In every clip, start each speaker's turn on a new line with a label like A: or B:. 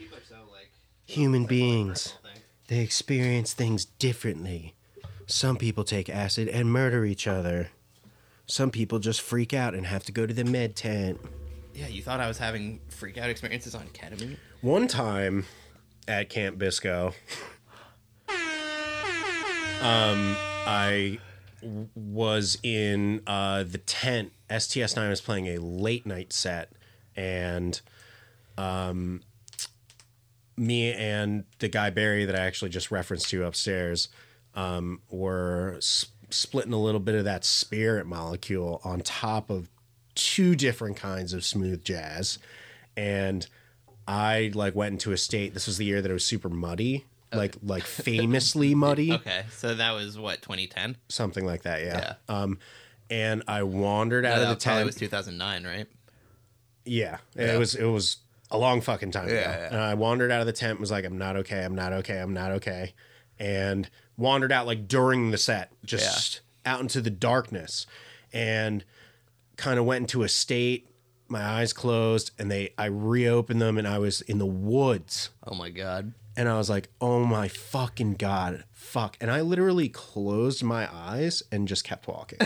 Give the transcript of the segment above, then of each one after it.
A: are so like
B: Human beings,
A: personal thing.
B: they experience things differently. Some people take acid and murder each other. Some people just freak out and have to go to the med tent.
C: Yeah, you thought I was having freak out experiences on ketamine?
B: One time at Camp Bisco, um, I w- was in uh, the tent. STS9 was playing a late night set, and um, me and the guy Barry that I actually just referenced to upstairs um, were s- splitting a little bit of that spirit molecule on top of two different kinds of smooth jazz. And I like went into a state. This was the year that it was super muddy, like like famously muddy,
C: Okay, so that was what 2010.
B: something like that. Yeah. Um, and I wandered out
C: that
B: of the
C: probably
B: tent.
C: was 2009, right?
B: Yeah. And
C: Yeah.
B: It was it was a long fucking time ago.
C: yeah.
B: And I wandered out of the tent, was like, I'm not okay, I'm not okay, I'm not okay. And wandered out like during the set, just out into the darkness. And kind of went into a state, my eyes closed, and they I reopened them and I was in the woods.
C: Oh my god.
B: And I was like, oh my fucking God, fuck. And I literally closed my eyes and just kept walking.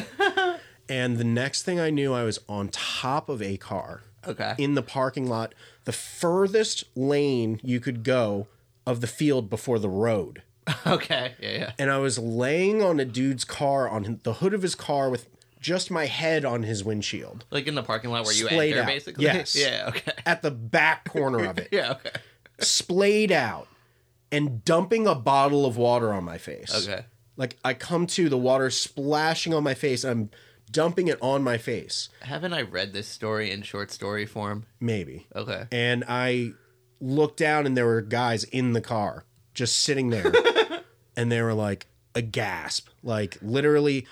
B: and the next thing I knew, I was on top of a car
C: Okay.
B: in the parking lot, the furthest lane you could go of the field before the road.
C: okay. Yeah, yeah.
B: And I was laying on a dude's car, on the hood of his car, with just my head on his windshield
C: Like in the parking lot where you
B: Splayed
C: enter,
B: out.
C: basically.
B: Yes.
C: Yeah. Okay.
B: at the back corner of it,
C: Yeah. Okay.
B: splayed out and dumping a bottle of water on my face.
C: Okay.
B: Like I come to the water splashing on my face. I'm dumping it on my face.
C: Haven't I read this story in short story form?
B: Maybe.
C: Okay.
B: And I looked down and there were guys in the car just sitting there. and they were like agasp. Like literally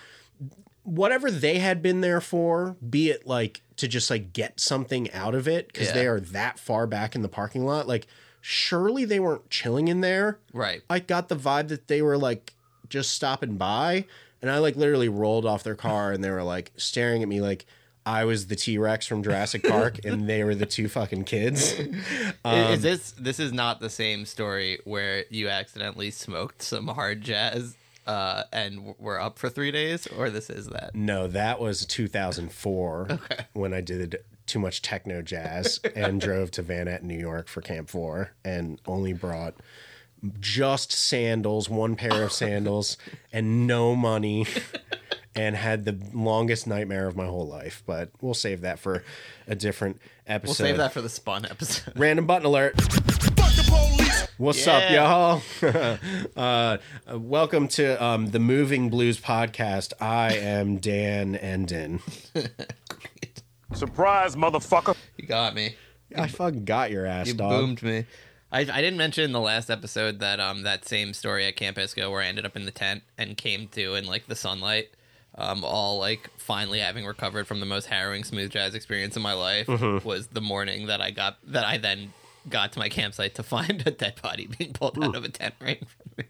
B: whatever they had been there for, be it like to just like get something out of it cuz
C: Yeah.
B: they are that far back in the parking lot, like surely they weren't chilling in there.
C: Right.
B: I got the vibe that they were like just stopping by, and I like literally rolled off their car, and they were like staring at me like I was the T Rex from Jurassic Park, and they were the two fucking kids.
C: I- is this this is not the same story where you accidentally smoked some hard jazz uh, and w- were up for three days, or this is that?
B: No, that was 2004 when I did too much techno jazz and drove to Vanette, New York for Camp Four, and only brought just sandals, one pair of sandals, and no money. And had the longest nightmare of my whole life, but we'll save that for a different episode.
C: We'll save that for the spawn episode.
B: Random button alert. What's
C: Yeah.
B: up, y'all? uh, uh, welcome to um, the Moving Blues podcast. I am Dan Endin.
D: Surprise, motherfucker.
C: You got me.
B: I fucking got your ass,
C: You
B: dog.
C: boomed me. I, I didn't mention in the last episode that um that same story at Camp Isco where I ended up in the tent and came to in like the sunlight, um all like finally having recovered from the most harrowing smooth jazz experience in my life
B: Mm-hmm.
C: was the morning that I got that I then got to my campsite to find a dead body being pulled out of a tent right. in front of me.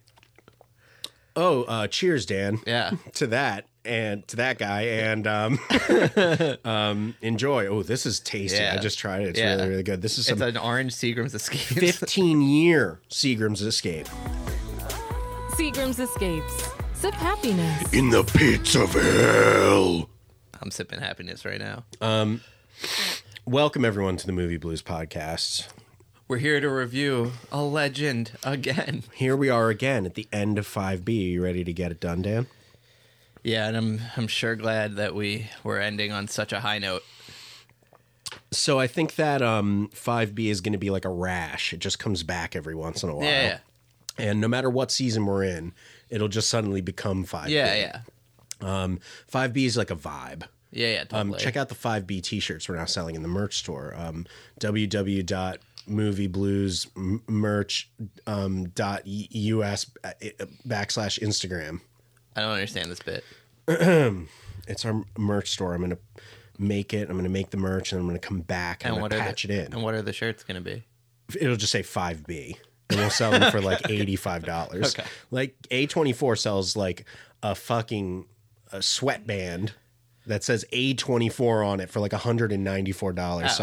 B: Oh, uh, cheers, Dan.
C: Yeah,
B: To that and to that guy, and um, um, enjoy. Oh, this is tasty.
C: Yeah.
B: I just tried it. It's
C: Yeah.
B: really, really good. This is
C: it's
B: some
C: an orange Seagram's escape.
B: 15 year Seagram's Escape.
E: Seagram's Escapes. Sip happiness.
B: In the pits of hell.
C: I'm sipping happiness right now.
B: Welcome, everyone, to the Movie Blues podcast.
C: We're here to review a legend again.
B: Here we are again at the end of 5B. You ready to get it done, Dan?
C: Yeah, and I'm I'm sure glad that we were ending on such a high note.
B: So I think that um, 5B is going to be like a rash. It just comes back every once in a while.
C: Yeah,
B: And no matter what season we're in, it'll just suddenly become 5B.
C: yeah, yeah, yeah,
B: 5B is like a vibe.
C: yeah. yeah
B: Um,
C: totally.
B: Check out the 5B t shirts we're now selling in the merch store. Um, um, www.moviebluesmerch.us uh, backslash Instagram.
C: I don't understand this bit.
B: It's our merch store. I'm going to make it. I'm going to make the merch and I'm going to come back and,
C: And
B: I'm
C: what
B: gonna
C: are
B: patch
C: the,
B: it in.
C: And what are the shirts gonna be?
B: it'll just say 5B and we'll sell them for like $85.
C: Okay.
B: Like A24 sells like a fucking a sweatband that says A24 on it for like $194. so I,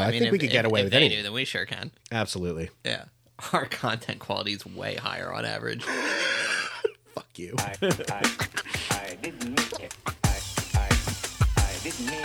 C: Oh, mean,
B: think we
C: if-
B: could get
C: if-
B: away
C: if
B: with
C: they
B: anything.
C: do, then we sure can.
B: Absolutely.
C: Yeah. our content quality is way higher on average.
B: Fuck you.
F: I, I, I didn't make it. I, I, I didn't make it.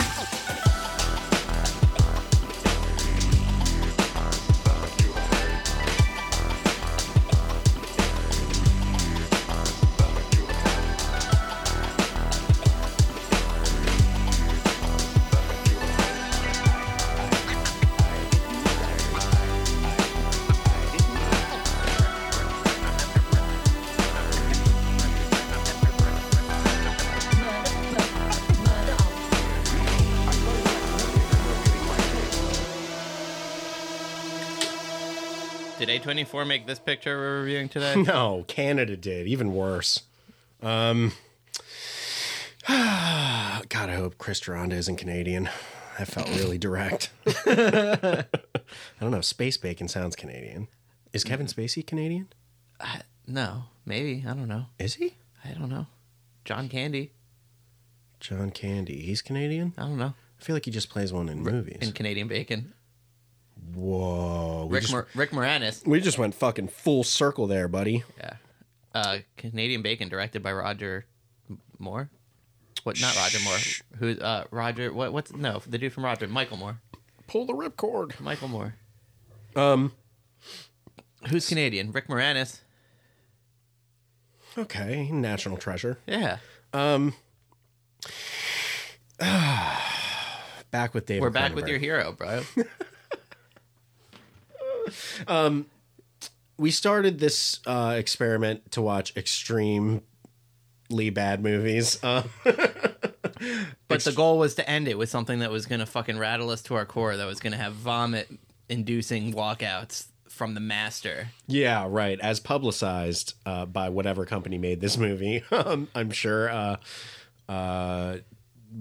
C: Did A24 make this picture we're reviewing today?
B: No, Oh, Canada did. Even worse. Um, God, I hope Chris Duranda isn't Canadian. That felt really direct. I don't know. Space bacon sounds Canadian. Is Kevin Spacey Canadian?
C: I- no, maybe. I don't know.
B: Is he?
C: I don't know. John Candy.
B: John Candy. He's Canadian?
C: I don't know.
B: I feel like he just plays one in movies.
C: In Canadian Bacon.
B: Whoa. We
C: Rick,
B: just,
C: Mor- Rick Moranis.
B: we just went fucking full circle there, buddy.
C: Yeah. Uh, Canadian Bacon, directed by Roger M- Moore. What? Not Roger Moore. Who? Uh, Roger. What? What's no? The dude from Roger. Michael Moore.
B: Pull the ripcord.
C: Michael Moore. Um. Who's Canadian? Rick Moranis.
B: Okay. National treasure.
C: Yeah.
B: Back with David.
C: We're back with
B: Cronenberg.
C: your hero, bro.
B: we started this uh, experiment to watch extremely bad movies. Uh,
C: But the goal was to end it with something that was going to fucking rattle us to our core, that was going to have vomit inducing walkouts from the master.
B: yeah, right. As publicized uh, by whatever company made this movie, um, I'm sure. Uh, uh,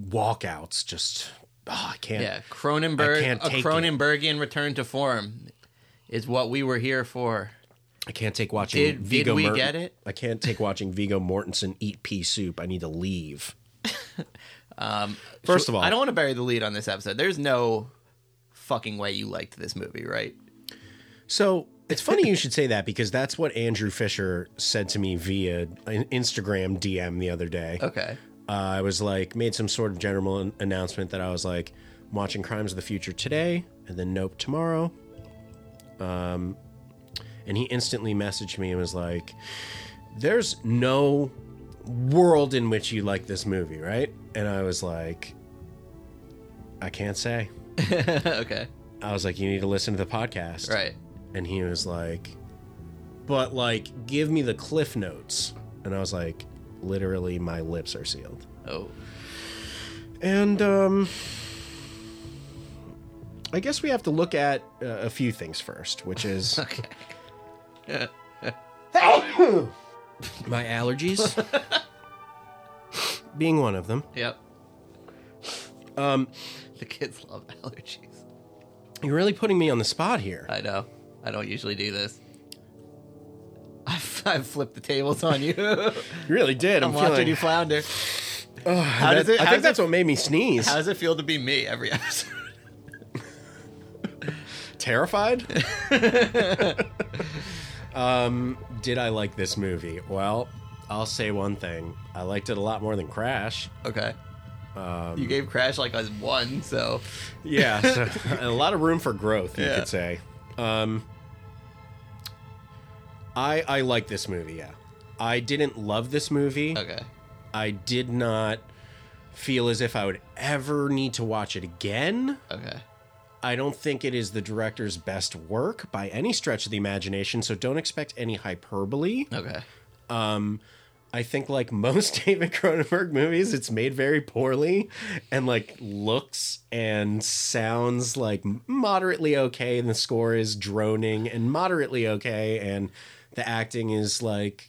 B: walkouts, just oh, I can't.
C: Yeah, Cronenberg,
B: I can't
C: a
B: take it.
C: Cronenbergian return to form is what we were here for.
B: I can't take watching.
C: Did- did
B: Viggo
C: we
B: Morten-
C: get it?
B: I can't take watching Vigo Mortensen eat pea soup. I need to leave. um, First of all,
C: I don't want to bury the lead on this episode. There's no fucking way you liked this movie, right?
B: So it's funny you should say that because that's what Andrew Fisher said to me via an Instagram DM the other day.
C: Okay.
B: Uh, I was like, made some sort of general an- announcement that I was like, I'm watching Crimes of the Future today and then Nope tomorrow. Um, and he instantly messaged me and was like, there's no world in which you like this movie, right? And I was like, I can't say.
C: okay.
B: I was like, you need to listen to the podcast
C: Right.
B: and he was like but like give me the cliff notes and i was like literally my lips are sealed
C: Oh.
B: and um i guess we have to look at uh, a few things first which is
C: Okay.
B: my allergies being one of them
C: Yep. Um,
B: Um,
C: the kids love allergies.
B: you're really putting me on the spot here
C: I know. I don't usually do this. I've, I've flipped the tables on you. I'm
B: you really did i'm,
C: watching
B: feeling
C: you flounder.
B: how
C: does it-
B: i
C: how
B: think
C: does it-
B: that's what made me sneeze
C: How does it feel to be me every episode?
B: terrified. um, did I like this movie? Well, I'll say one thing. I liked it a lot more than Crash.
C: Okay.
B: Um,
C: you gave Crash like a one, so
B: Yeah, so, a lot of room for growth, you
C: Yeah.
B: could say. Um, I I like this movie. Yeah, I didn't love this movie.
C: okay.
B: I did not feel as if I would ever need to watch it again.
C: Okay.
B: I don't think it is the director's best work by any stretch of the imagination, so don't expect any hyperbole.
C: Okay.
B: I think like most David Cronenberg movies, it's made very poorly and like looks and sounds like moderately okay and the score is droning and moderately okay and the acting is like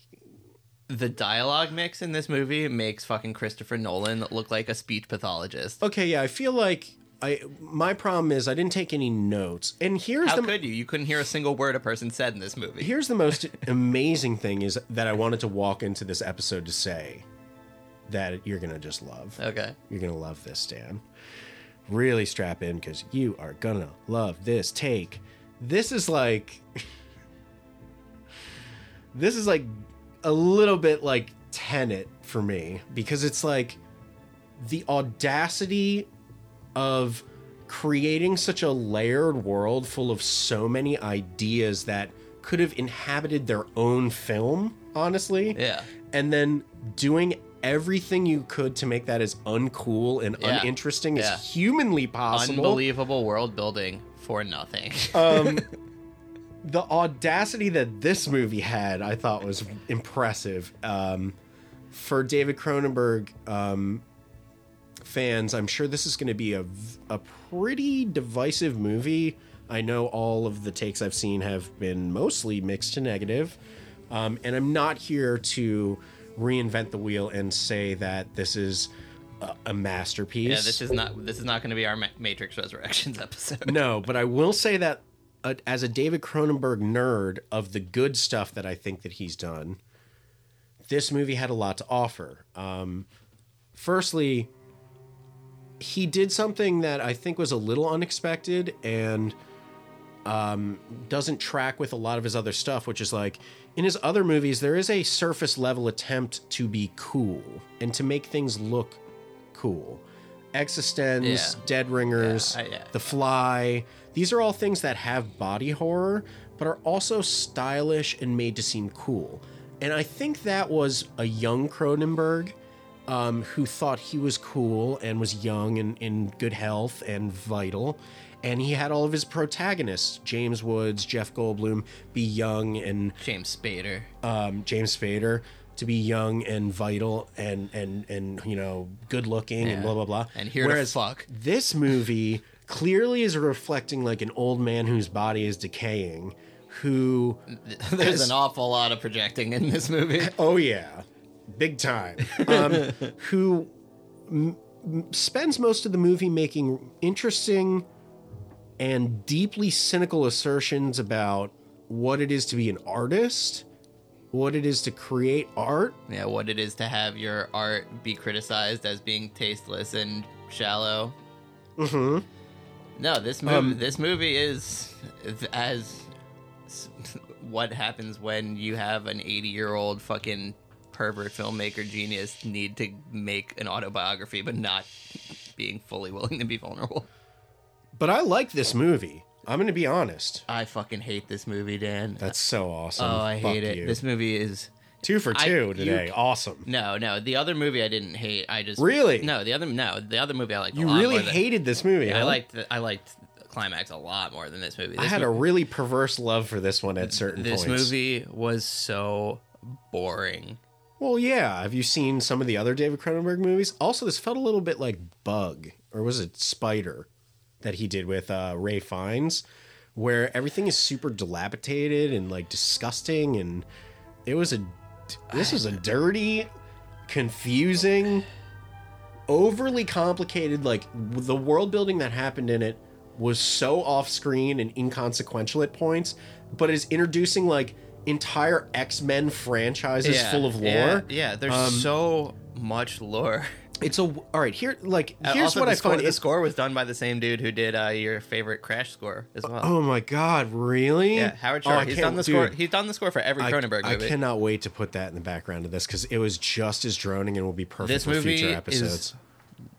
C: The dialogue mix in this movie makes fucking Christopher Nolan look like a speech pathologist.
B: okay, yeah, I feel like I my problem is I didn't take any notes. And here's
C: How
B: the
C: could you? You couldn't hear a single word a person said in this movie.
B: here's the most amazing thing is that I wanted to walk into this episode to say that you're going to just love.
C: Okay.
B: You're going to love this, Dan. Really strap in because you are going to love this take. This is like This is like a little bit like Tenet for me because it's like the audacity of creating such a layered world full of so many ideas that could have inhabited their own film, honestly.
C: Yeah.
B: And then doing everything you could to make that as uncool and
C: Yeah.
B: uninteresting
C: Yeah.
B: as humanly possible.
C: Unbelievable world building for nothing.
B: the audacity that this movie had, I thought was impressive. Um, for David Cronenberg um, fans, I'm sure this is going to be a, v- a pretty divisive movie. I know all of the takes I've seen have been mostly mixed to negative. Um, and I'm not here to reinvent the wheel and say that this is a, a masterpiece.
C: yeah, this is not this is not going to be our Ma- Matrix Resurrections episode.
B: No, but I will say that uh, as a David Cronenberg nerd of the good stuff that I think that he's done, this movie had a lot to offer. Um, firstly, he did something that I think was a little unexpected and um, doesn't track with a lot of his other stuff, which is like in his other movies, there is a surface level attempt to be cool and to make things look cool. Existence,
C: Yeah.
B: Dead Ringers,
C: Yeah, I- yeah.
B: The Fly, these are all things that have body horror, but are also stylish and made to seem cool. And I think that was a young Cronenberg um, who thought he was cool and was young and in good health and vital. And he had all of his protagonists, James Woods, Jeff Goldblum, be young and
C: James Spader.
B: um, James Spader, to be young and vital and and and you know good looking and
C: Yeah.
B: blah blah blah.
C: And here to
B: Whereas
C: fuck.
B: this movie clearly is reflecting like an old man whose body is decaying, who
C: There's an awful lot of projecting in this movie.
B: Oh yeah, big time. Um, who m- m- spends most of the movie making interesting and deeply cynical assertions about what it is to be an artist, what it is to create art,
C: Yeah, what it is to have your art be criticized as being tasteless and shallow. Mm-hmm. No, this movie,
B: Um,
C: this movie is th- as s- what happens when you have an eighty-year-old fucking pervert filmmaker genius need to make an autobiography, but not being fully willing to be vulnerable.
B: But I like this movie. I'm going to be honest.
C: I fucking hate this movie, Dan.
B: That's so awesome.
C: oh, I
B: Fuck
C: hate it.
B: you.
C: This movie is
B: two for
C: I-
B: two
C: you-
B: today. awesome.
C: no, no. The other movie I didn't hate. I just
B: Really?
C: no. The other no. The other movie I liked. a
B: You
C: lot
B: really
C: more than-
B: hated this movie.
C: I
B: huh?
C: liked the, I liked climax a lot more than this movie. This
B: I had a
C: mo-
B: really perverse love for this one at certain
C: this
B: points.
C: movie was so boring.
B: Well, yeah. Have you seen some of the other David Cronenberg movies? Also, this felt a little bit like Bug, or was it Spider, that he did with uh, Ray Fiennes, where everything is super dilapidated and like disgusting, and it was a this was a dirty, confusing, overly complicated. Like the world building that happened in it was so off screen and inconsequential at points, but is introducing like entire X Men franchises full of lore. Um,
C: Yeah, yeah, there's so much lore.
B: It's a all right. Here, like
C: Uh,
B: here's
C: also,
B: what
C: the
B: I
C: score,
B: find.
C: The
B: it-
C: score was done by the same dude who did uh, your favorite Crash score as well.
B: oh my god, really?
C: yeah, Howard
B: Oh,
C: Shore.
B: I
C: he's
B: can't-
C: done the
B: dude,
C: score. He's done the score for every
B: I-
C: Cronenberg
B: I,
C: movie.
B: cannot wait to put that in the background of this because it was just as droning and will be perfect
C: This
B: for future
C: movie
B: episodes.
C: is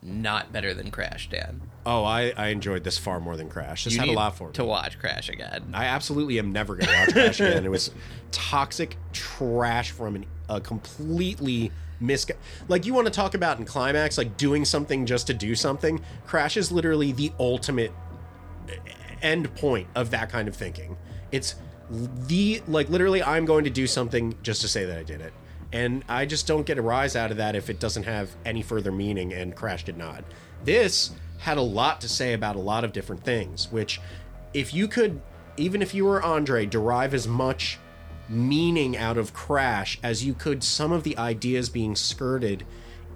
C: not better than Crash, Dan.
B: Oh, I, I enjoyed this far more than Crash. This
C: You
B: had a
C: need
B: lot for me.
C: to watch Crash again.
B: I absolutely am never going to watch Crash again. It was toxic trash from an, a completely mis. Like you want to talk about in climax, like doing something just to do something. Crash is literally the ultimate end point of that kind of thinking. It's the like literally I'm going to do something just to say that I did it. And I just don't get a rise out of that if it doesn't have any further meaning and Crash did not. This had a lot to say about a lot of different things, which if you could even if you were Andre derive as much meaning out of Crash as you could some of the ideas being skirted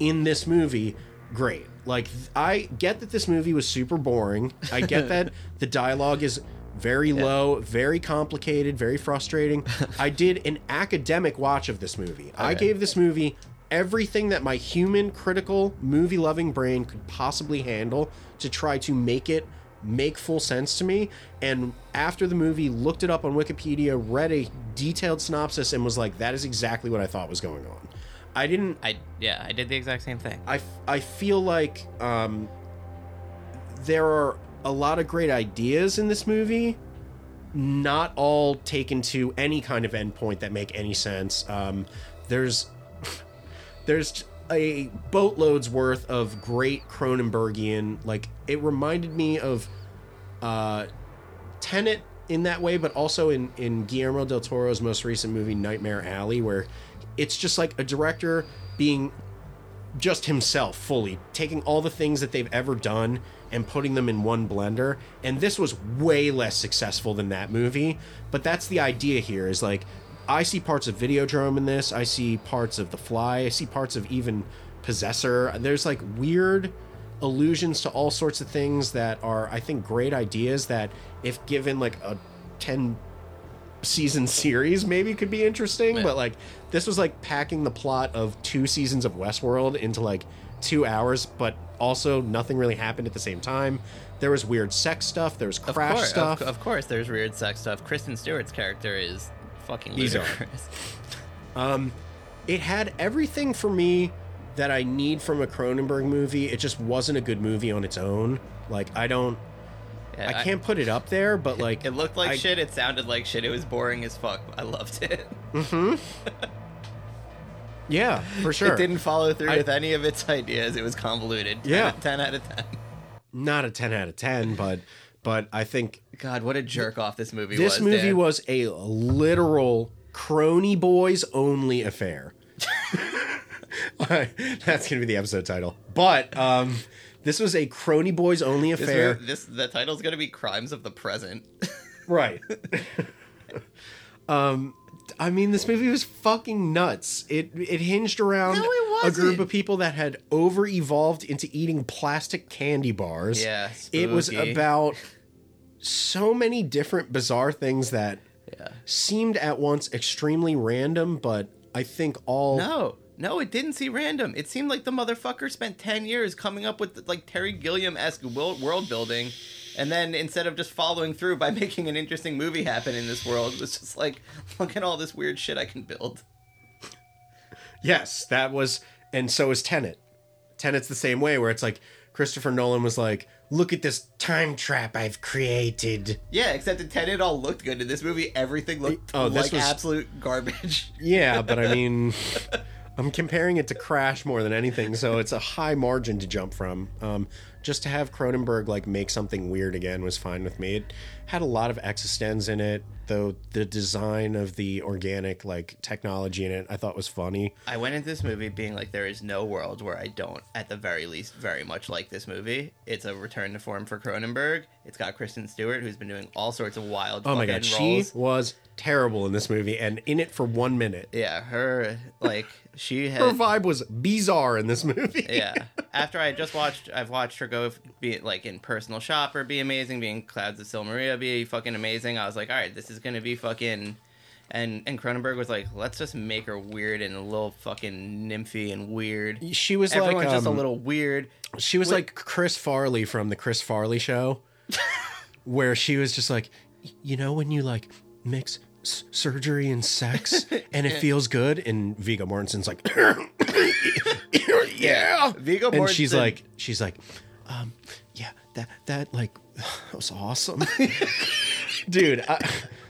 B: in this movie, great. Like th- I get that this movie was super boring. I get that the dialogue is very low, very complicated, very frustrating. I did an academic watch of this movie. I gave this movie everything that my human critical movie loving brain could possibly handle to try to make it make full sense to me and after the movie looked it up on wikipedia read a detailed synopsis and was like, that is exactly what I thought was going on. I didn't
C: I yeah, I did the exact same thing.
B: I, I feel like um, there are a lot of great ideas in this movie, not all taken to any kind of endpoint that make any sense. Um, there's there's a boatloads worth of great Cronenbergian. Like it reminded me of uh, Tenet in that way, but also in in Guillermo del Toro's most recent movie Nightmare Alley, where it's just like a director being just himself fully taking all the things that they've ever done and putting them in one blender and this was way less successful than that movie but that's the idea here is like i see parts of videodrome in this i see parts of the fly i see parts of even possessor there's like weird allusions to all sorts of things that are i think great ideas that if given like a 10 season series maybe could be interesting, but like this was like packing the plot of two seasons of Westworld into like two hours, but also nothing really happened at the same time. There was weird sex stuff, there was
C: Of
B: crash
C: course,
B: stuff.
C: Of, of course, there's weird sex stuff. Kristen Stewart's character is fucking
B: He's
C: ludicrous.
B: It had everything for me that I need from a Cronenberg movie. It just wasn't a good movie on its own. Like I don't
C: Yeah,
B: I can't put it up there, but like
C: It looked like
B: I-
C: shit. It sounded like shit. It was boring as fuck. I loved it.
B: Yeah, for sure.
C: It didn't follow through
B: I-
C: with any of its ideas. It was convoluted.
B: Yeah.
C: ten out of ten.
B: Not a ten out of ten, but but I think
C: God, what a jerk off this movie was.
B: this movie
C: Dan.
B: was a literal crony boys only affair. That's gonna be the episode title. But um, this was a crony boys only
C: This
B: affair,
C: movie- This, the title's gonna be "Crimes of the Present."
B: right? um, I mean, this movie was fucking nuts. It it hinged around
C: No, it
B: a group
C: wasn't.
B: of people that had over evolved into eating plastic candy bars.
C: Yeah,
B: it was
C: spooky.
B: about so many different bizarre things that
C: yeah.
B: seemed at once extremely random, but I think all
C: No, no, it didn't seem random. It seemed like the motherfucker spent ten years coming up with like Terry Gilliam esque world building, and then instead of just following through by making an interesting movie happen in this world, it was just like, look at all this weird shit I can build.
B: yes, that was and so is Tenet. Tenet's the same way where it's like Christopher Nolan was like, "Look at this time trap I've created."
C: Yeah, except the Tenet all looked good. In this movie, everything looked
B: Oh, this
C: like
B: was-
C: absolute garbage.
B: Yeah, but I mean I'm comparing it to Crash more than anything, so it's a high margin to jump from. Um, just to have Cronenberg like make something weird again was fine with me. It had a lot of existence in it, though the design of the organic like technology in it I thought was funny.
C: I went into this movie being like, there is no world where I don't, at the very least, very much like this movie. It's a return to form for Cronenberg. It's got Kristen Stewart, who's been doing all sorts of wild
B: Oh my
C: fucking
B: god, she
C: roles.
B: was terrible in this movie and in it for one minute.
C: Yeah, her like she
B: Her
C: had.
B: vibe was bizarre in this movie.
C: yeah. After I had just watched, I've watched her go f- be like in Personal Shopper be amazing, being Clouds of Silmaria be fucking amazing. I was like, all right, this is gonna be fucking. And and Cronenberg was like, let's just make her weird and a little fucking nymphy and weird.
B: She was
C: Everyone's
B: like
C: just a
B: um,
C: little weird.
B: She was like Chris Farley from the Chris Farley show, where she was just like, you know, when you like mix s- surgery and sex and it feels good, and Vigo Mortensen's like, yeah,
C: Viggo
B: and she's
C: Mortensen-
B: like, she's like, um, yeah, that that like was awesome, dude. I,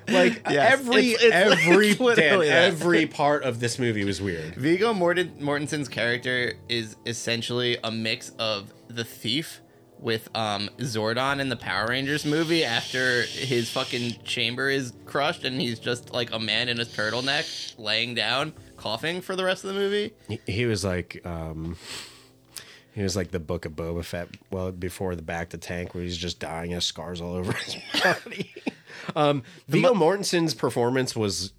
B: like
C: Yes,
B: every
C: it's- it's like
B: every Dan,
C: literally that.
B: every part of this movie was weird.
C: Vigo Morten- Mortensen's character is essentially a mix of the thief with um, Zordon in the Power Rangers movie after his fucking chamber is crushed and he's just like a man in a turtleneck laying down coughing for the rest of the movie.
B: He- he was like um he was like the book of Boba Fett well before the back to tank where he's just dying of scars all over his body. um Viggo Mortensen's performance was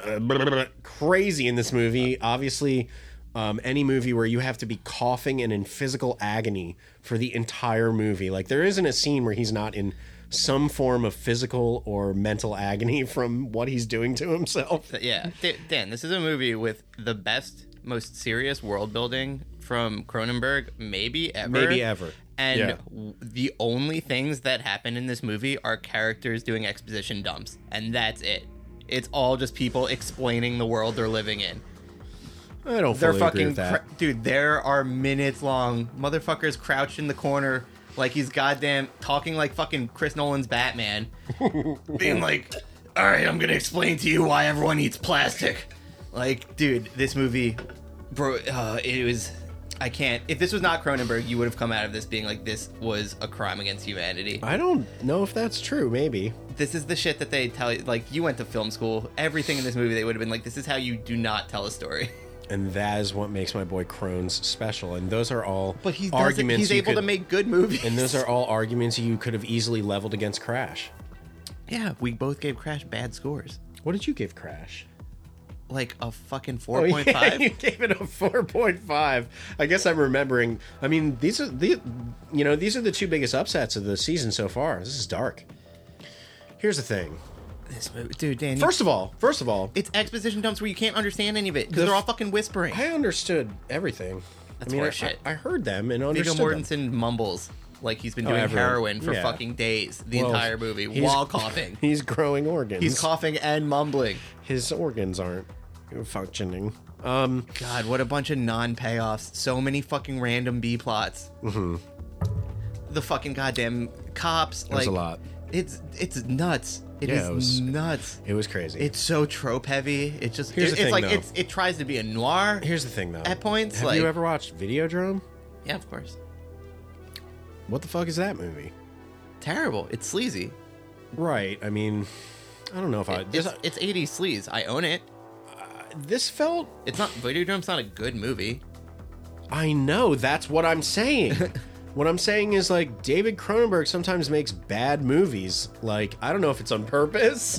B: uh, blah, blah, blah, crazy in this movie. Obviously um, any movie where you have to be coughing and in physical agony for the entire movie. Like there isn't a scene where he's not in some form of physical or mental agony from what he's doing to himself.
C: But yeah, Da- Dan, this is a movie with the best, most serious world building from Cronenberg maybe ever.
B: Maybe ever.
C: And
B: Yeah.
C: w- the only things that happen in this movie are characters doing exposition dumps, and that's it. It's all just people explaining the world they're living in.
B: I don't
C: They're
B: fully agree
C: fucking
B: with that.
C: cr- dude. There are minutes long. Motherfuckers crouched in the corner like he's goddamn talking like fucking Chris Nolan's Batman, being like, "All right, I'm gonna explain to you why everyone eats plastic." Like, dude, this movie, bro, uh, it was. I can't. If this was not Cronenberg, you would have come out of this being like, "This was a crime against humanity."
B: I don't know if that's true. Maybe
C: This is the shit that they tell you. Like, you went to film school. Everything in this movie, they would have been like, "This is how you do not tell a story."
B: and that is what makes my boy Crohn's special. And those are all
C: But he does it.
B: arguments
C: He's
B: you
C: able
B: could-
C: to make good movies.
B: And those are all arguments you could have easily leveled against Crash.
C: Yeah, we both gave Crash bad scores.
B: What did you give Crash?
C: Like a fucking
B: Oh, yeah,
C: 4.5.
B: you gave it a 4.5. I guess I'm remembering. I mean, these are the you know, these are the two biggest upsets of the season so far. This is dark. Here's the thing.
C: This movie, dude, Dan. you-
B: First of all, first of all,
C: it's exposition dumps where you can't understand any of it because
B: The
C: they're all
B: f-
C: fucking whispering.
B: I understood everything.
C: That's
B: I mean, I,
C: horseshit.
B: I, I heard them and
C: Viggo
B: understood them.
C: Mortensen mumbles like he's been doing
B: everyone.
C: heroin for
B: Yeah.
C: fucking days the
B: Well,
C: entire movie
B: he's-
C: while coughing.
B: He's growing organs.
C: He's coughing and mumbling.
B: His organs aren't functioning. Um,
C: God, what a bunch of non payoffs. So many fucking random B plots.
B: Mm-hmm.
C: The fucking goddamn cops.
B: was
C: like
B: a lot.
C: It's it's nuts. It is
B: Yeah, it was-
C: nuts.
B: it was crazy.
C: It's so trope heavy. It just
B: Here's
C: it- it's
B: the thing,
C: like
B: though.
C: it's it tries to be a noir.
B: Here's the thing, though.
C: At points,
B: have
C: like-
B: you ever watched Videodrome?
C: yeah, of course.
B: What the fuck is that movie?
C: Terrible. It's sleazy.
B: Right. I mean, I don't know if I this,
C: It's, it's 80s sleaze. I own it.
B: this felt.
C: It's not Video Drum's not a good movie.
B: I know that's what I'm saying. what I'm saying is like David Cronenberg sometimes makes bad movies. Like I don't know if it's on purpose,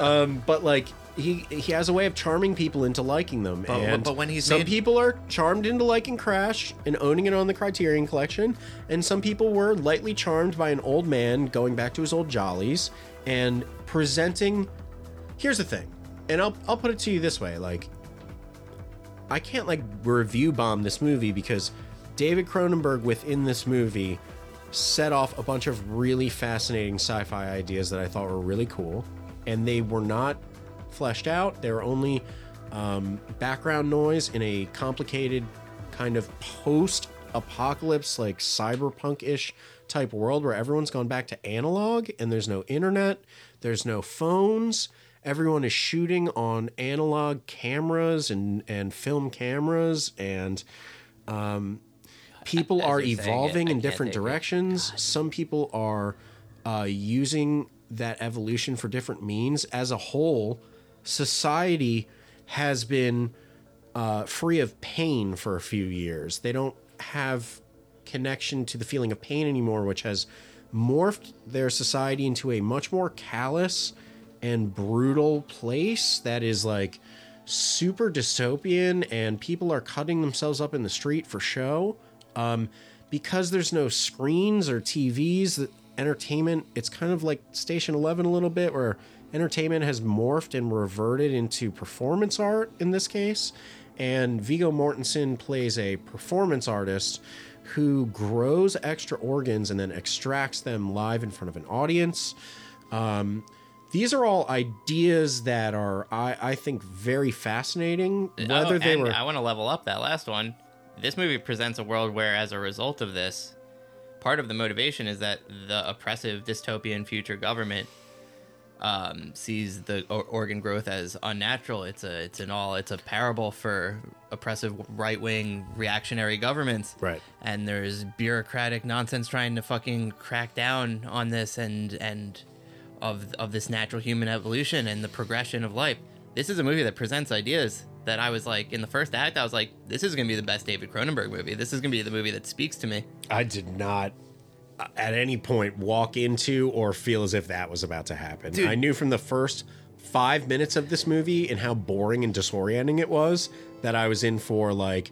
B: um, but like he he has a way of charming people into liking them.
C: But-
B: and
C: but when he's
B: some
C: made-
B: people are charmed into liking Crash and owning it on the Criterion Collection, and some people were lightly charmed by an old man going back to his old jollies and presenting. Here's the thing, and I'll I'll put it to you this way, like I can't like review bomb this movie because David Cronenberg within this movie set off a bunch of really fascinating sci-fi ideas that I thought were really cool, and they were not fleshed out. They were only um, background noise in a complicated kind of post-apocalypse, like cyberpunk-ish type world where everyone's gone back to analog and there's no internet, there's no phones everyone is shooting on analog cameras and and film cameras and um, people
C: as
B: are
C: you're saying it,
B: evolving
C: I
B: in
C: can't
B: different
C: take it.
B: directions some people are uh, using that evolution for different means as a whole society has been uh, free of pain for a few years they don't have connection to the feeling of pain anymore which has morphed their society into a much more callous and brutal place that is like super dystopian and people are cutting themselves up in the street for show um, because there's no screens or tvs that entertainment it's kind of like station 11 a little bit where entertainment has morphed and reverted into performance art in this case and vigo mortensen plays a performance artist who grows extra organs and then extracts them live in front of an audience Um, these are all ideas that are I, I think very fascinating whether
G: Oh,
B: they
G: and
B: were
G: I want to level up that last one. This movie presents a world where, as a result of this, part of the motivation is that the oppressive dystopian future government um, sees the o- organ growth as unnatural. It's a, it's an all, it's a parable for oppressive right wing reactionary governments.
B: Right.
G: And there's bureaucratic nonsense trying to fucking crack down on this and and of of this natural human evolution and the progression of life. This is a movie that presents ideas that I was like in the first act I was like this is going to be the best David Cronenberg movie. This is going to be the movie that speaks to me.
B: I did not uh, at any point walk into or feel as if that was about to happen. I knew from the first five minutes of this movie and how boring and disorienting it was that I was in for like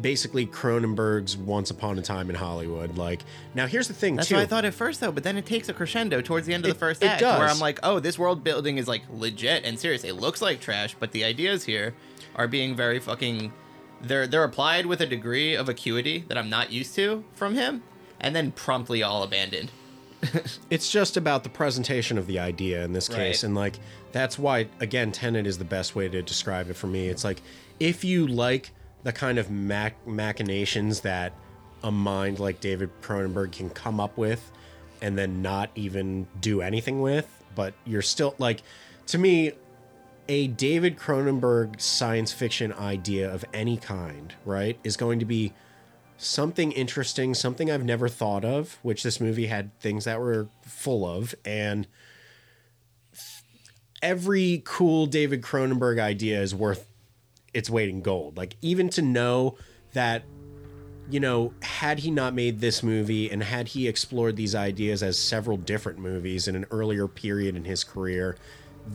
B: basically Cronenberg's Once Upon a Time in Hollywood. Like now, here's the thing
C: That's
B: too.
C: what I thought at first though, but then it takes a crescendo towards the end of
B: It-
C: the first
B: it
C: act
B: does.
C: where I'm like, oh, this world building is like legit and serious. It looks like trash, but the ideas here are being very fucking they're they're applied with a degree of acuity that I'm not used to from him, and then promptly all abandoned.
B: it's just about the presentation of the idea in this case
H: Right.
B: and like that's why again tenet is the best way to describe it for me it's like if you like the kind of mac- machinations that a mind like david cronenberg can come up with and then not even do anything with but you're still like to me a David Cronenberg science fiction idea of any kind, right, is going to be something interesting, something I've never thought of, which this movie had things that were full of. And every cool David Cronenberg idea is worth its weight in gold. Like, even to know that, you know, had he not made this movie and had he explored these ideas as several different movies in an earlier period in his career,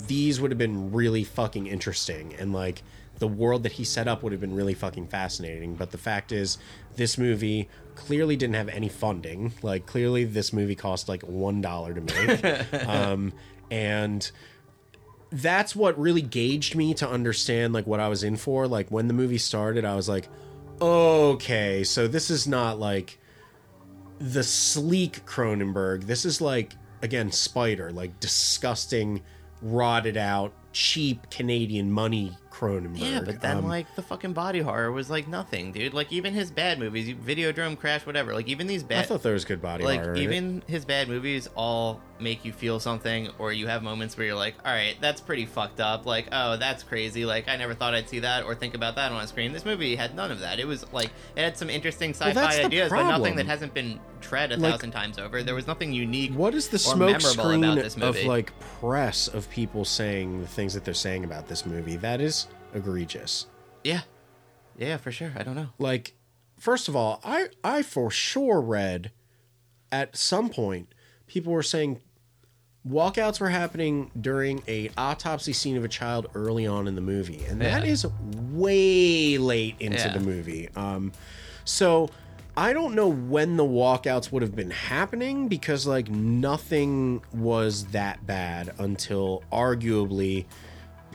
B: these would have been really fucking interesting. And like, the world that he set up would have been really fucking fascinating. But the fact is, this movie clearly didn't have any funding. Like, clearly, this movie cost like $1 to make. um, and that's what really gauged me to understand like what I was in for. Like when the movie started, I was like, okay, so this is not like the sleek Cronenberg. This is like again Spider, like disgusting, rotted out, cheap Canadian money Cronenberg.
C: Yeah, but then
B: Um,
C: like the fucking body horror was like nothing, dude. Like even his bad movies, Videodrome Crash, whatever. Like even these
B: I
C: bad,
B: thought there was good body
C: like
B: horror. in it.
C: even his bad movies all make you feel something, or you have moments where you're like, all right, that's pretty fucked up. Like oh, that's crazy. Like I never thought I'd see that or think about that on a screen. This movie had none of that. It was like it had some interesting sci-fi
B: that's the
C: ideas, but nothing
B: problem.
C: that hasn't been tread a
B: Like-
C: thousand times over. There was nothing unique.
B: What is the
C: or
B: smoke
C: memorable
B: screen
C: about this
B: of
C: movie.
B: like press of people saying the things that they're saying about this movie? That is egregious.
C: Yeah, yeah, for sure. I don't know.
B: like first of all i i for sure read at some point people were saying walkouts were happening during a autopsy scene of a child early on in the movie and that
H: Yeah.
B: is way late into
C: Yeah.
B: the movie um so i don't know when the walkouts would have been happening because like nothing was that bad until arguably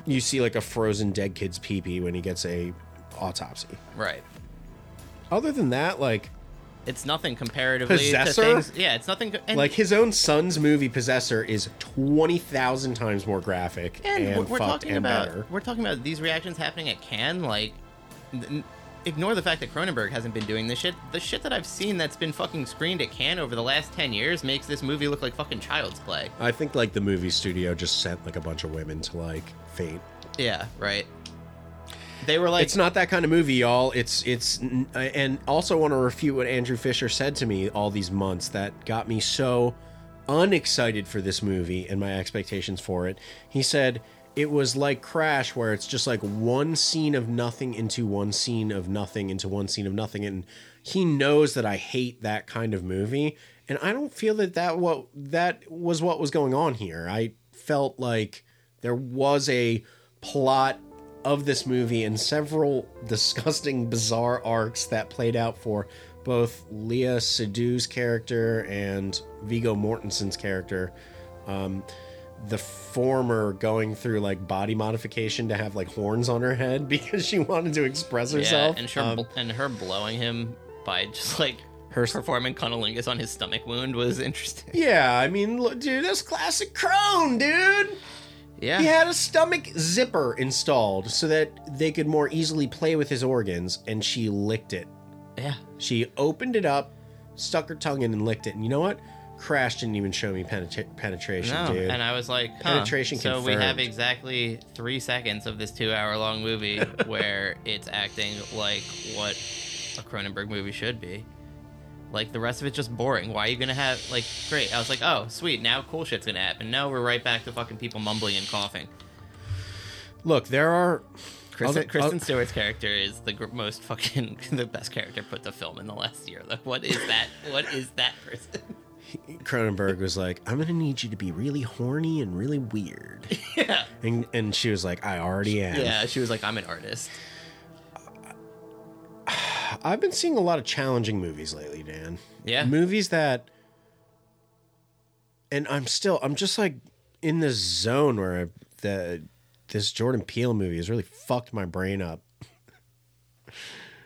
B: you see like a frozen dead kid's pee pee when he gets a autopsy
H: Right.
B: other than that, like
C: It's nothing comparatively
B: Possessor?
C: to things. Yeah, it's nothing. co- And,
B: like his own son's movie Possessor is twenty thousand times more graphic and,
C: and, we're, we're
B: fucked
C: talking
B: and
C: about
B: better.
C: we're talking about these reactions happening at Cannes. Like, n- n- ignore the fact that Cronenberg hasn't been doing this shit. The shit that I've seen that's been fucking screened at Cannes over the last ten years makes this movie look like fucking child's play.
B: I think like the movie studio just sent like a bunch of women to like faint.
C: Yeah, right. They were like,
B: It's not that kind of movie, y'all. It's it's n- uh, and also want to refute what Andrew Fisher said to me all these months that got me so unexcited for this movie and my expectations for it. He said it was like Crash, where it's just like one scene of nothing into one scene of nothing into one scene of nothing, and he knows that I hate that kind of movie, and I don't feel that that what that was what was going on here. I felt like there was a plot of this movie and several disgusting, bizarre arcs that played out for both Leah Sidhu's character and Vigo Mortensen's character. Um, the former going through like body modification to have like horns on her head because she wanted to express
C: yeah,
B: herself.
C: and her bl- and her blowing him by just like
B: Her-
C: Um, her performing cunnilingus on his stomach wound was interesting.
B: yeah, I mean, look, dude, that's classic Crone, dude.
C: Yeah,
B: He had a stomach zipper installed so that they could more easily play with his organs, and she licked it.
C: yeah.
B: She opened it up, stuck her tongue in, and licked it. And you know what? Crash didn't even show me penetra- penetration,
C: No,
B: dude.
C: and I was like, huh.
B: Penetration
C: So we have
B: confirmed.
C: exactly three seconds of this two-hour-long movie where it's acting like what a Cronenberg movie should be. Like the rest of it's just boring. Why are you gonna have like great? I was like, oh sweet, now cool shit's gonna happen. No, we're right back to fucking people mumbling and coughing.
B: Look, there are.
C: Kristen,
B: other-
C: Kristen
B: uh,
C: Stewart's character is the gr- most fucking the best character put to film in the last year. Like, what is that? What is that person?
B: Cronenberg was like, "I'm gonna need you to be really horny and really weird,"
C: yeah,
B: and and she was like, "I already am."
C: yeah. She was like, I'm an artist.
B: I've been seeing a lot of challenging movies lately, Dan.
C: Yeah.
B: Movies that and I'm still I'm just like in this zone where I, the this Jordan Peele movie has really fucked my brain up.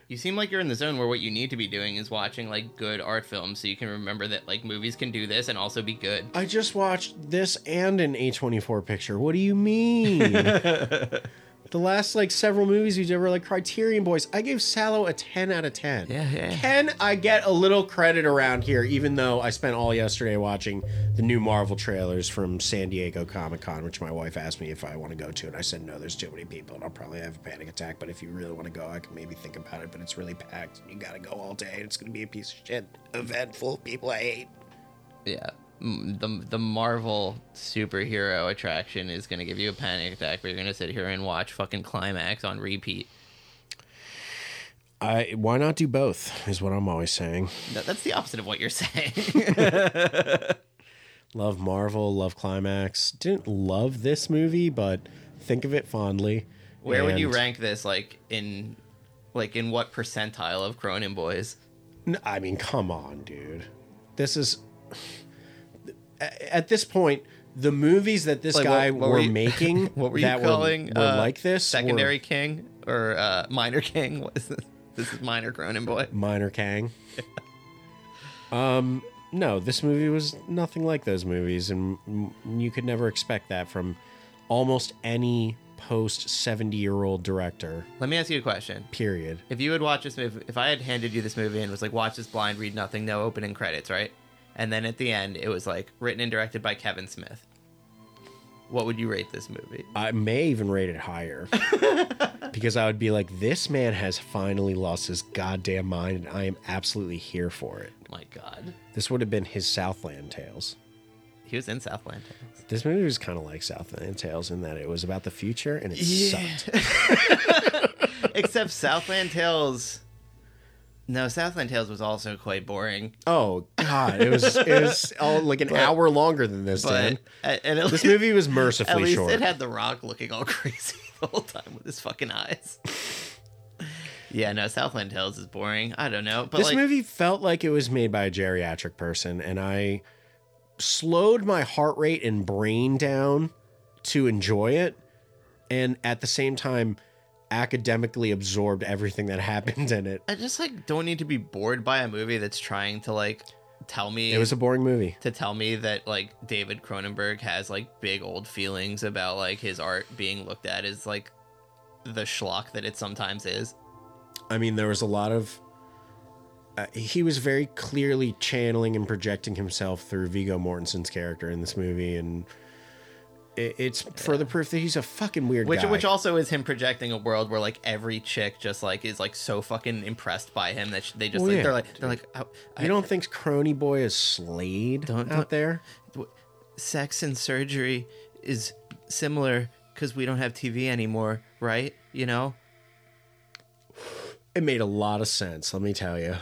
C: You seem like you're in the zone where what you need to be doing is watching like good art films so you can remember that like movies can do this and also be good.
B: I just watched this and an A24 picture. What do you mean? the last like several movies we did were like Criterion Boys. I gave Sallow a 10 out of 10.
H: Yeah, yeah.
B: Can I get a little credit around here, even though I spent all yesterday watching the new Marvel trailers from San Diego Comic Con, which my wife asked me if I want to go to. And I said, no, there's too many people and I'll probably have a panic attack. But if you really want to go, I can maybe think about it. But it's really packed and you got to go all day. And it's going to be a piece of shit event full of people I hate.
C: Yeah. Mm, The the Marvel superhero attraction is going to give you a panic attack where you're going to sit here and watch fucking climax on repeat.
B: I why not do both is what I'm always saying.
C: That, that's the opposite of what you're saying.
B: Love Marvel, love climax. Didn't love this movie, but think of it fondly.
C: Where would you
B: And-
C: rank this like in like in what percentile of Cronin boys?
B: N- I mean, come on, dude. This is A- at this point the movies that this
C: Like,
B: guy
C: what- what
B: were,
C: were you-
B: making
C: What were you
B: that
C: calling
B: were, were
C: uh,
B: like this were
C: secondary king or uh, minor king? What is this? This is minor Cronin boy.
B: minor Kang. um, no, this movie was nothing like those movies, and m- you could never expect that from almost any post seventy year old director.
C: Let me ask you a question.
B: Period.
C: If you had watched this movie, if I had handed you this movie and was like, watch this blind, read nothing, no opening credits, right? And then at the end, it was like written and directed by Kevin Smith. What would you rate this movie?
B: I may even rate it higher because I would be like, this man has finally lost his goddamn mind, and I am absolutely here for it.
C: My God,
B: This would have been his Southland Tales.
C: he was in Southland. Tales.
B: This movie was kind of like Southland Tales in that it was about the future and it sucked.
C: Except Southland Tales. No, Southland Tales was also quite boring.
B: Oh God, it was it was all like an hour longer than this. Dan.
C: But a- and at
B: This
C: least,
B: movie was
C: at
B: mercifully
C: least
B: short.
C: it had The Rock looking all crazy the whole time with his fucking eyes. yeah, no, Southland Tales is boring. I don't know, but
B: this
C: like,
B: movie felt like it was made by a geriatric person, and I slowed my heart rate and brain down to enjoy it, and at the same time, academically absorbed everything that happened in it.
C: I just like don't need to be bored by a movie that's trying to like tell me
B: It was a boring movie.
C: to tell me that like David Cronenberg has like big old feelings about like his art being looked at as like the schlock that it sometimes is.
B: I mean, there was a lot of. Uh, he was very clearly channeling and projecting himself through Vigo Mortensen's character in this movie, and it, it's further proof that he's a fucking weird
C: Which
B: guy.
C: which also is him projecting a world where like every chick just like is like so fucking impressed by him that sh- they just
B: Well,
C: like
B: yeah,
C: they're like they're like "Oh, I, I
B: you don't think Crony Boy is Slade
C: Don't-
B: out
C: don't-
B: there?
C: w- sex and surgery is similar because we don't have TV anymore, right? You know.
B: It made a lot of sense, let me tell you.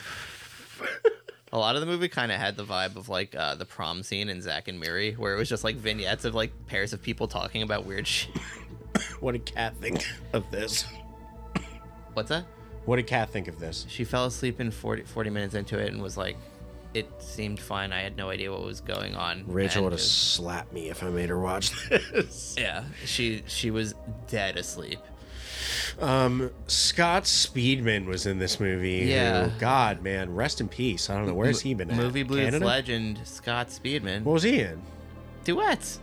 C: A lot of the movie kind of had the vibe of like uh, the prom scene in Zack and Miri, where it was just like vignettes of like pairs of people talking about weird shit.
B: What did Kat think of this?
C: What's that?
B: What did Kat think of this?
C: She fell asleep in 40, 40 minutes into it and was like, it seemed fine. I had no idea what was going on.
B: Rachel
C: And
B: would have
C: just-
B: slapped me if I made her watch this.
C: Yeah, she she was dead asleep.
B: Scott Speedman was in this movie. who-
C: Yeah.
B: God, man, rest in peace. I don't know where's he been at.
C: Movie blues
B: Canada?
C: legend Scott Speedman.
B: What was he in?
C: Duets.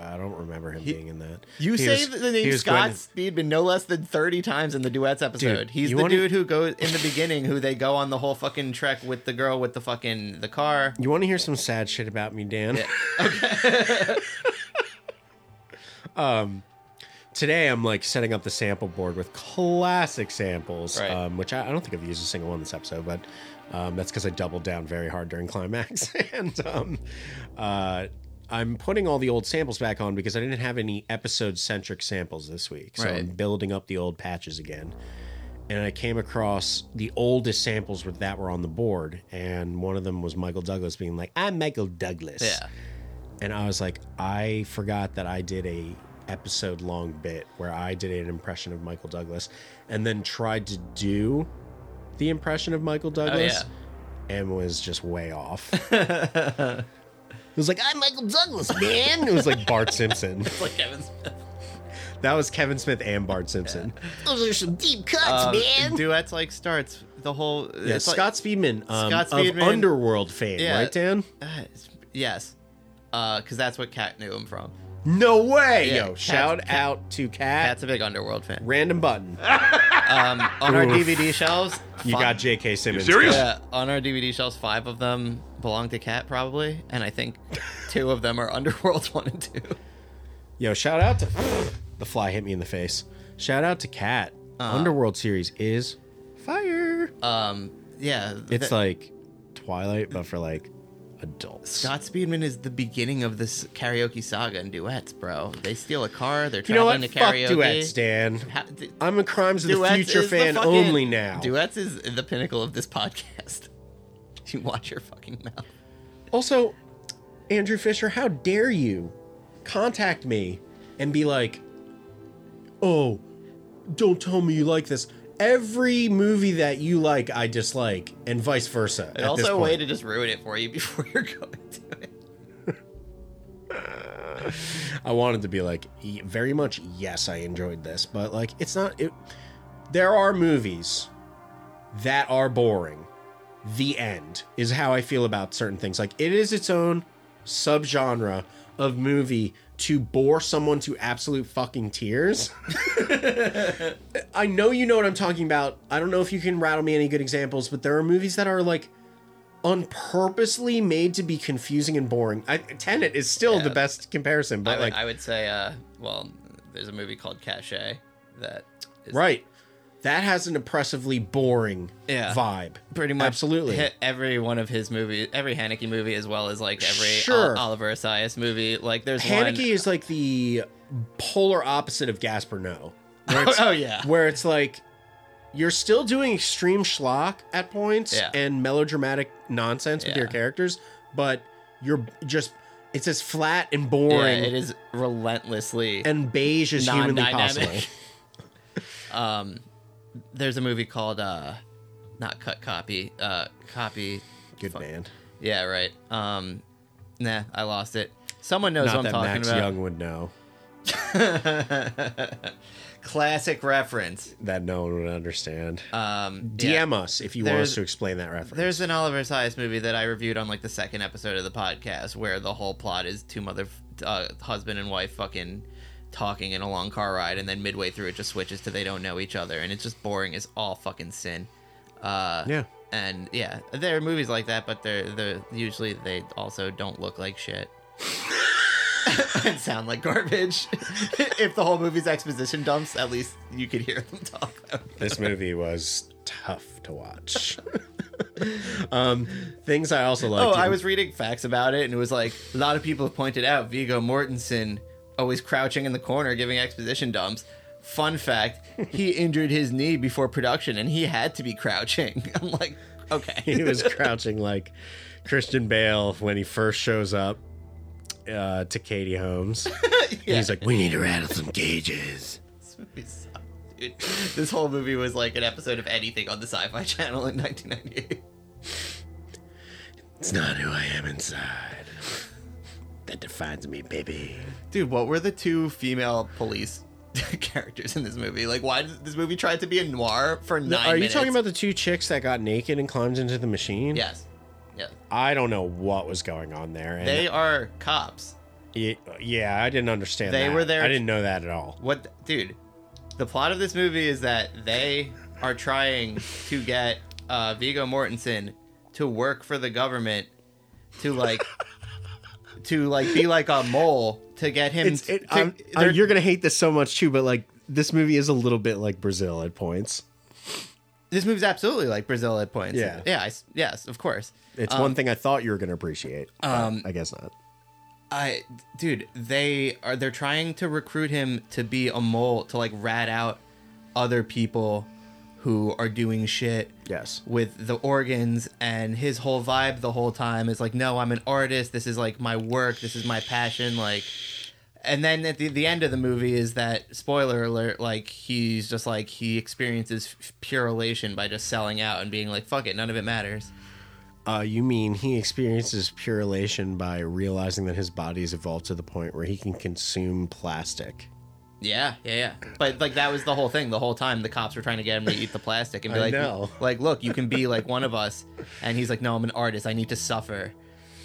B: I don't remember him being in that.
C: You
B: He
C: say
B: was-
C: the
B: he
C: name
B: was
C: Scott
B: Gwen-
C: Speedman no less than 30 times in the duets episode.
B: Dude,
C: He's
B: you
C: the
B: wanna-
C: dude who goes in the beginning who they go on the whole fucking trek with the girl with the fucking the car.
B: You want to hear some sad shit about me, Dan? um, Um, today I'm like setting up the sample board with classic samples,
C: Right.
B: um, which I, I don't think I've used a single one this episode, but um, that's because I doubled down very hard during climax, and um, uh, I'm putting all the old samples back on because I didn't have any episode centric samples this week, so I'm
C: Right.
B: building up the old patches again and I came across the oldest samples with that were on the board, and one of them was Michael Douglas being like, "I'm Michael Douglas,"
C: Yeah.
B: and I was like, I forgot that I did a episode long bit where I did an impression of Michael Douglas, and then tried to do the impression of Michael
C: Oh,
B: Douglas, and was just way off. it was like I'm Michael Douglas, man. It was like Bart Simpson.
C: It's like Kevin Smith.
B: That was Kevin Smith and Bart Simpson.
I: Those are some deep cuts,
C: Um,
I: man.
C: duets like starts the whole.
B: Yeah,
C: it's like-
B: Scott Speedman, um,
C: Scott Speedman.
B: of Underworld fame,
C: Yeah.
B: right, Dan?
C: Uh, it's- yes, because that's what Kat knew him from.
B: No way!
C: Yeah,
B: Yo,
C: Cat's-
B: shout out to Cat.
C: Kat's a big Underworld fan.
B: Random button.
C: Um, on our
B: Oof.
C: DVD shelves,
B: You
C: fi-
B: got J.K. Simmons.
D: serious?
C: Yeah, on our DVD shelves, five of them belong to Kat probably, and I think two of them are Underworld one and two.
B: Yo, shout out to the fly hit me in the face. Shout out to Cat.
C: Uh-huh.
B: Underworld series is fire.
C: Um, yeah,
B: it's
C: the-
B: like Twilight, but for like adults.
C: Scott Speedman is the beginning of this karaoke saga and duets, bro. They steal a car, they're
B: you know
C: traveling
B: what?
C: to
B: Fuck
C: karaoke.
B: duets, Dan.
C: Ha- d-
B: I'm a Crimes of
C: Duets
B: the Future
C: is the
B: fan
C: fucking-
B: only now.
C: Duets is the pinnacle of this podcast. You watch your fucking mouth.
B: Also, Andrew Fisher, how dare you contact me and be like, oh, don't tell me you like this. Every movie that you like, I dislike, and vice versa.
C: And
B: at this
C: also a
B: point.
C: way to just ruin it for you before you're going to it.
B: I wanted to be like, "Y- very much, yes, I enjoyed this, but like, it's not. It, there are movies that are boring. The end is how I feel about certain things. Like, it is its own subgenre of movie to bore someone to absolute fucking tears. I know you know what I'm talking about. I don't know if you can rattle me any good examples, but there are movies that are like unpurposely made to be confusing and boring. I, Tenet is still the
C: Yeah.
B: best comparison,
C: I
B: but
C: would,
B: like
C: I would say, uh, well, there's a movie called Cachet that is
B: Right. That has an oppressively boring
C: Yeah.
B: vibe.
C: pretty much
B: Absolutely.
C: hit every one of his movies, every Haneke movie, as well as like every
B: Sure.
C: Ol- Oliver Asias movie. Like there's
B: Haneke
C: one.
B: is like the polar opposite of Gaspar Noe. Where
C: Oh,
B: it's,
C: oh yeah,
B: where it's like you're still doing extreme schlock at points
C: Yeah.
B: and melodramatic nonsense with
C: Yeah.
B: your characters, but you're just it's as flat and
C: yeah,
B: boring
C: it is relentlessly
B: and beige as humanly possible.
C: non-dynamic. um, there's a movie called uh, not cut copy, uh, copy.
B: Good
C: Fuck.
B: man.
C: Yeah, right. Um, nah, I lost it. Someone knows
B: Not
C: what I'm
B: that
C: talking
B: Max
C: about.
B: Young would know.
C: Classic reference.
B: That no one would understand.
C: Um,
B: DM
C: yeah.
B: us if you want us
C: There's-
B: to explain that reference.
C: There's an Oliver Sias movie that I reviewed on like the second episode of the podcast where the whole plot is two mother, uh, husband and wife fucking talking in a long car ride, and then midway through it just switches to they don't know each other, and it's just boring as all fucking sin. Uh,
B: Yeah.
C: And yeah, there are movies like that, but they're they're usually they also don't look like shit. and sound like garbage. if the whole movie's exposition dumps, at least you could hear them talk.
B: this movie was tough to watch. um, things I also liked.
C: Oh, I was reading facts about it, and it was like a lot of people have pointed out Vigo Mortensen always crouching in the corner giving exposition dumps. Fun fact: he injured his knee before production, and he had to be crouching. I'm like,
B: he
C: okay,
B: was crouching like Christian Bale when he first shows up uh, to Katie Holmes. And he's like, "We need to rattle some cages."
C: this movie sucked, dude. This whole movie was like an episode of anything on the Sci-Fi Channel in 1998.
B: It's not who I am inside. That defines me, baby.
C: Dude, what were the two female police? characters in this movie like why did this movie try to be a noir for nine
B: Are you
C: minutes?
B: talking about the two chicks that got naked and climbed into the machine?
C: yes yeah
B: I don't know what was going on there. And
C: they are cops
B: it- yeah, I didn't understand.
C: They
B: that.
C: were there-
B: I didn't know that at all.
C: What, th- dude? The plot of this movie is that they are trying to get uh, Vigo Mortensen to work for the government to like to like be like a mole to get him.
B: it's it,
C: to-
B: I'm- I-
C: they're-
B: you're gonna hate this so much too, but like this movie is a little bit like Brazil at points.
C: this movie's absolutely like Brazil at points.
B: Yeah.
C: yeah, I s yes, of course.
B: It's
C: Um,
B: one thing I thought you were gonna appreciate. but
C: um,
B: I guess not.
C: I, dude, they are they're trying to recruit him to be a mole to like rat out other people who are doing shit.
B: Yes.
C: with the organs and his whole vibe the whole time is like no i'm an artist this is like my work this is my passion like and then at the, the end of the movie is that spoiler alert like he's just like he experiences f- pure elation by just selling out and being like fuck it none of it matters
B: Uh, you mean he experiences pure elation by realizing that his body has evolved to the point where he can consume plastic?
C: Yeah, yeah, yeah. But like that was the whole thing. The whole time the cops were trying to get him to eat the plastic and be
B: I
C: like,
B: know.
C: like, look, you can be like one of us. And he's like, no, I'm an artist. I need to suffer.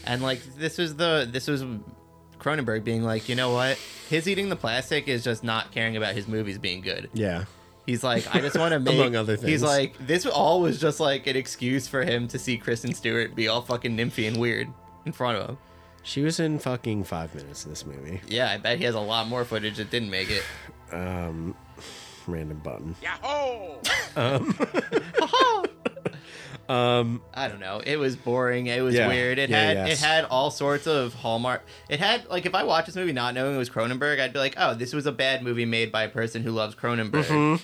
C: And like this was the this was Cronenberg being like, you know what? His eating the plastic is just not caring about his movies being good.
B: Yeah.
C: He's like, I just want to make.
B: Among other things.
C: He's like, this all was just like an excuse for him to see Kristen Stewart be all fucking nymphy and weird in front of him.
B: She was in fucking five minutes in this movie.
C: Yeah, I bet he has a lot more footage that didn't make it.
B: Random button.
A: Yahoo!
C: I don't know. It was boring. It was
B: Yeah.
C: weird. It
B: Yeah,
C: had
B: yes.
C: it had all sorts of hallmark. It had like if I watched this movie not knowing it was Cronenberg, I'd be like, oh, this was a bad movie made by a person who loves Cronenberg.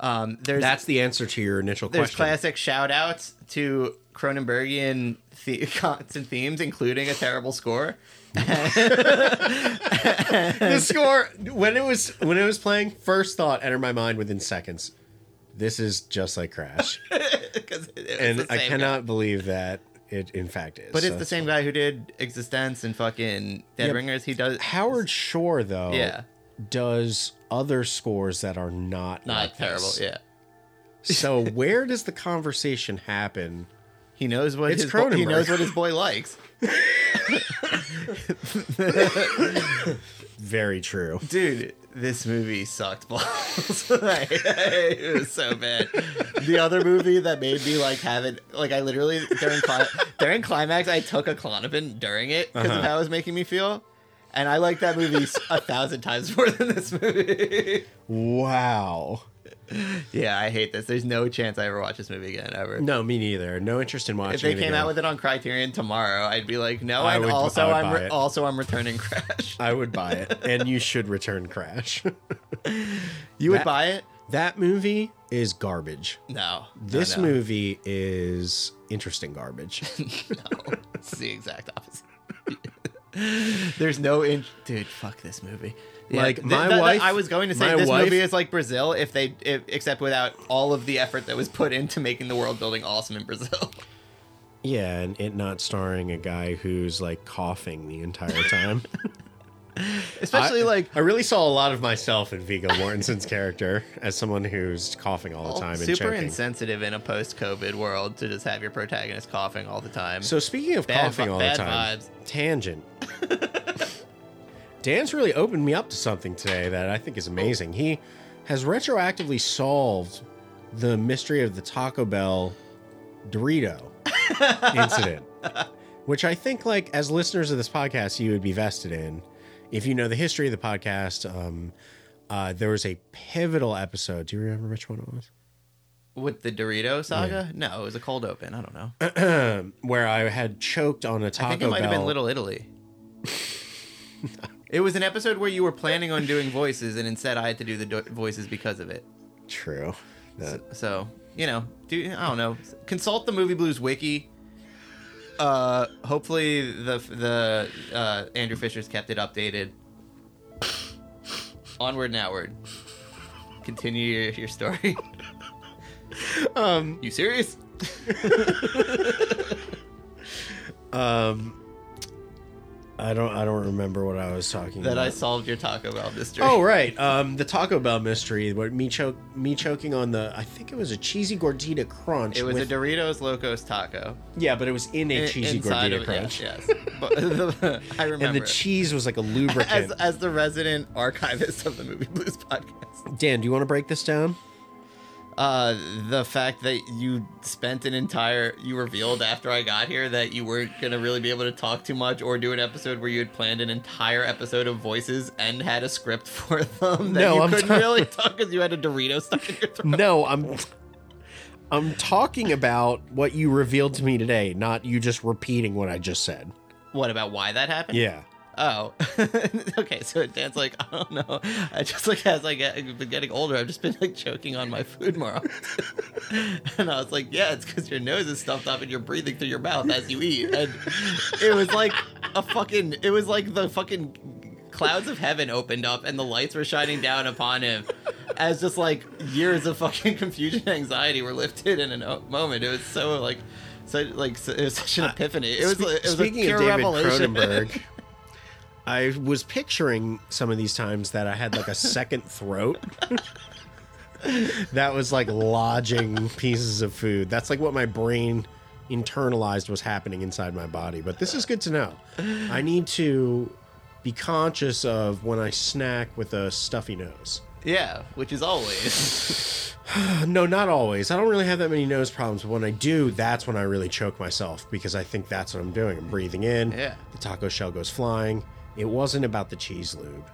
C: Um, there's
B: That's the answer to your initial
C: there's
B: Mm-hmm. question.
C: classic shout outs to Cronenbergian the- constant themes, including a terrible score.
B: the score when it was when it was playing, first thought entered my mind within seconds. This is just like Crash,
C: 'Cause it was
B: and
C: the
B: I
C: same
B: cannot
C: guy.
B: believe that it in fact is.
C: But
B: So
C: it's the same guy who did Existence and fucking Dead
B: Yeah.
C: Ringers. He does
B: Howard Shore though,
C: Yeah.
B: does other scores that are not
C: not
B: like
C: terrible.
B: this.
C: Yeah,
B: so where does the conversation happen?
C: He knows what
B: It's
C: his boy, he
B: Cronenberg.
C: knows what his boy likes.
B: Very true.
C: Dude, this movie sucked balls. Like, it was so bad. The other movie that made me like have it like I literally during cli- during climax I took a Clonopin during it because
B: Uh-huh.
C: of how it was making me feel. And I like that movie s- a thousand times more than this movie.
B: Wow.
C: yeah, I hate this. There's no chance I ever watch this movie again ever.
B: No, me neither. No interest in watching.
C: if they
B: it
C: came
B: again.
C: out with it on Criterion tomorrow, I'd be like, no.
B: I
C: And
B: would- I
C: also,
B: would
C: I'm
B: buy
C: re-
B: it.
C: also I'm returning Crash.
B: I would buy it, and you should return Crash.
C: You would
B: That-
C: buy it?
B: that movie is garbage.
C: No. No,
B: This
C: no.
B: movie is interesting garbage.
C: no, it's the exact opposite. There's no in- dude. Fuck this movie.
B: Like,
C: th-
B: my
C: th- th-
B: wife-
C: I was going to say
B: my
C: this
B: wife-
C: movie is like Brazil if they, if, except without all of the effort that was put into making the world building awesome in Brazil.
B: yeah, and it not starring a guy who's like coughing the entire time.
C: Especially
B: I-
C: like
B: I really saw a lot of myself in Vigo Mortensen's character as someone who's coughing all the time and
C: Oh, super
B: choking.
C: insensitive in a post-COVID world to just have your protagonist coughing all the time.
B: So speaking of
C: Bad
B: coughing
C: vi-
B: all
C: bad
B: the time,
C: vibes.
B: tangent. Dan's really opened me up to something today that I think is amazing. He has retroactively solved the mystery of the Taco Bell Dorito incident, which I think, like as listeners of this podcast, you would be vested in. If you know the history of the podcast, um, uh, there was a pivotal episode. Do you remember which one it was?
C: with the Dorito saga, no, it was a cold open. I don't know.
B: Where I had choked on a Taco
C: I think it
B: Bell.
C: might have been Little Italy. it was an episode where you were planning on doing voices, and instead I had to do the do- voices because of it.
B: True. That-
C: So you know, do I don't know. Consult the Movie Blues wiki. Uh, hopefully the the uh, Andrew Fisher's kept it updated. Onward and outward. Continue your, your story. um, you serious?
B: I don't I don't remember what I was talking
C: That
B: about.
C: I solved your Taco Bell mystery.
B: Oh right, um, the Taco Bell mystery, where me choke me choking on the I think it was a cheesy gordita crunch.
C: it was
B: with-
C: a Doritos Locos taco.
B: yeah, but it was in a
C: In-
B: cheesy
C: inside
B: gordita
C: of-
B: crunch,
C: Yes, yes. But the- I remember.
B: and the
C: it.
B: cheese was like a
C: as,
B: lubricant.
C: as the resident archivist of the Movie Blues podcast,
B: Dan, do you want to break this down?
C: uh, the fact that you spent an entire you revealed after I got here that you weren't gonna really be able to talk too much or do an episode where you had planned an entire episode of voices and had a script for them that
B: No,
C: you
B: I'm
C: couldn't
B: not-
C: really talk because you had a Dorito stuck in your throat.
B: No, I'm I'm talking about what you revealed to me today, not you just repeating what I just said.
C: What about why that happened?
B: Yeah.
C: Oh, okay. So Dan's like, I don't know. I just like as I get I've been getting older, I've just been like choking on my food more often. and I was like, yeah, it's because your nose is stuffed up and you're breathing through your mouth as you eat. And it was like a fucking. It was like the fucking clouds of heaven opened up and the lights were shining down upon him. As just like years of fucking confusion and anxiety were lifted in a moment. It was so like, so like so, it was such an epiphany. It was,
B: Spe-
C: it was a
B: speaking
C: pure
B: of David
C: revelation.
B: Cronenberg, I was picturing some of these times that I had like a second throat that was like lodging pieces of food. That's like what my brain internalized was happening inside my body. But this is good to know. I need to be conscious of when I snack with a stuffy nose.
C: Yeah, which is always.
B: No, not always. I don't really have that many nose problems, but when I do, that's when I really choke myself because I think that's what I'm doing. I'm breathing in.
C: Yeah.
B: The taco shell goes flying. It wasn't about the cheese lube.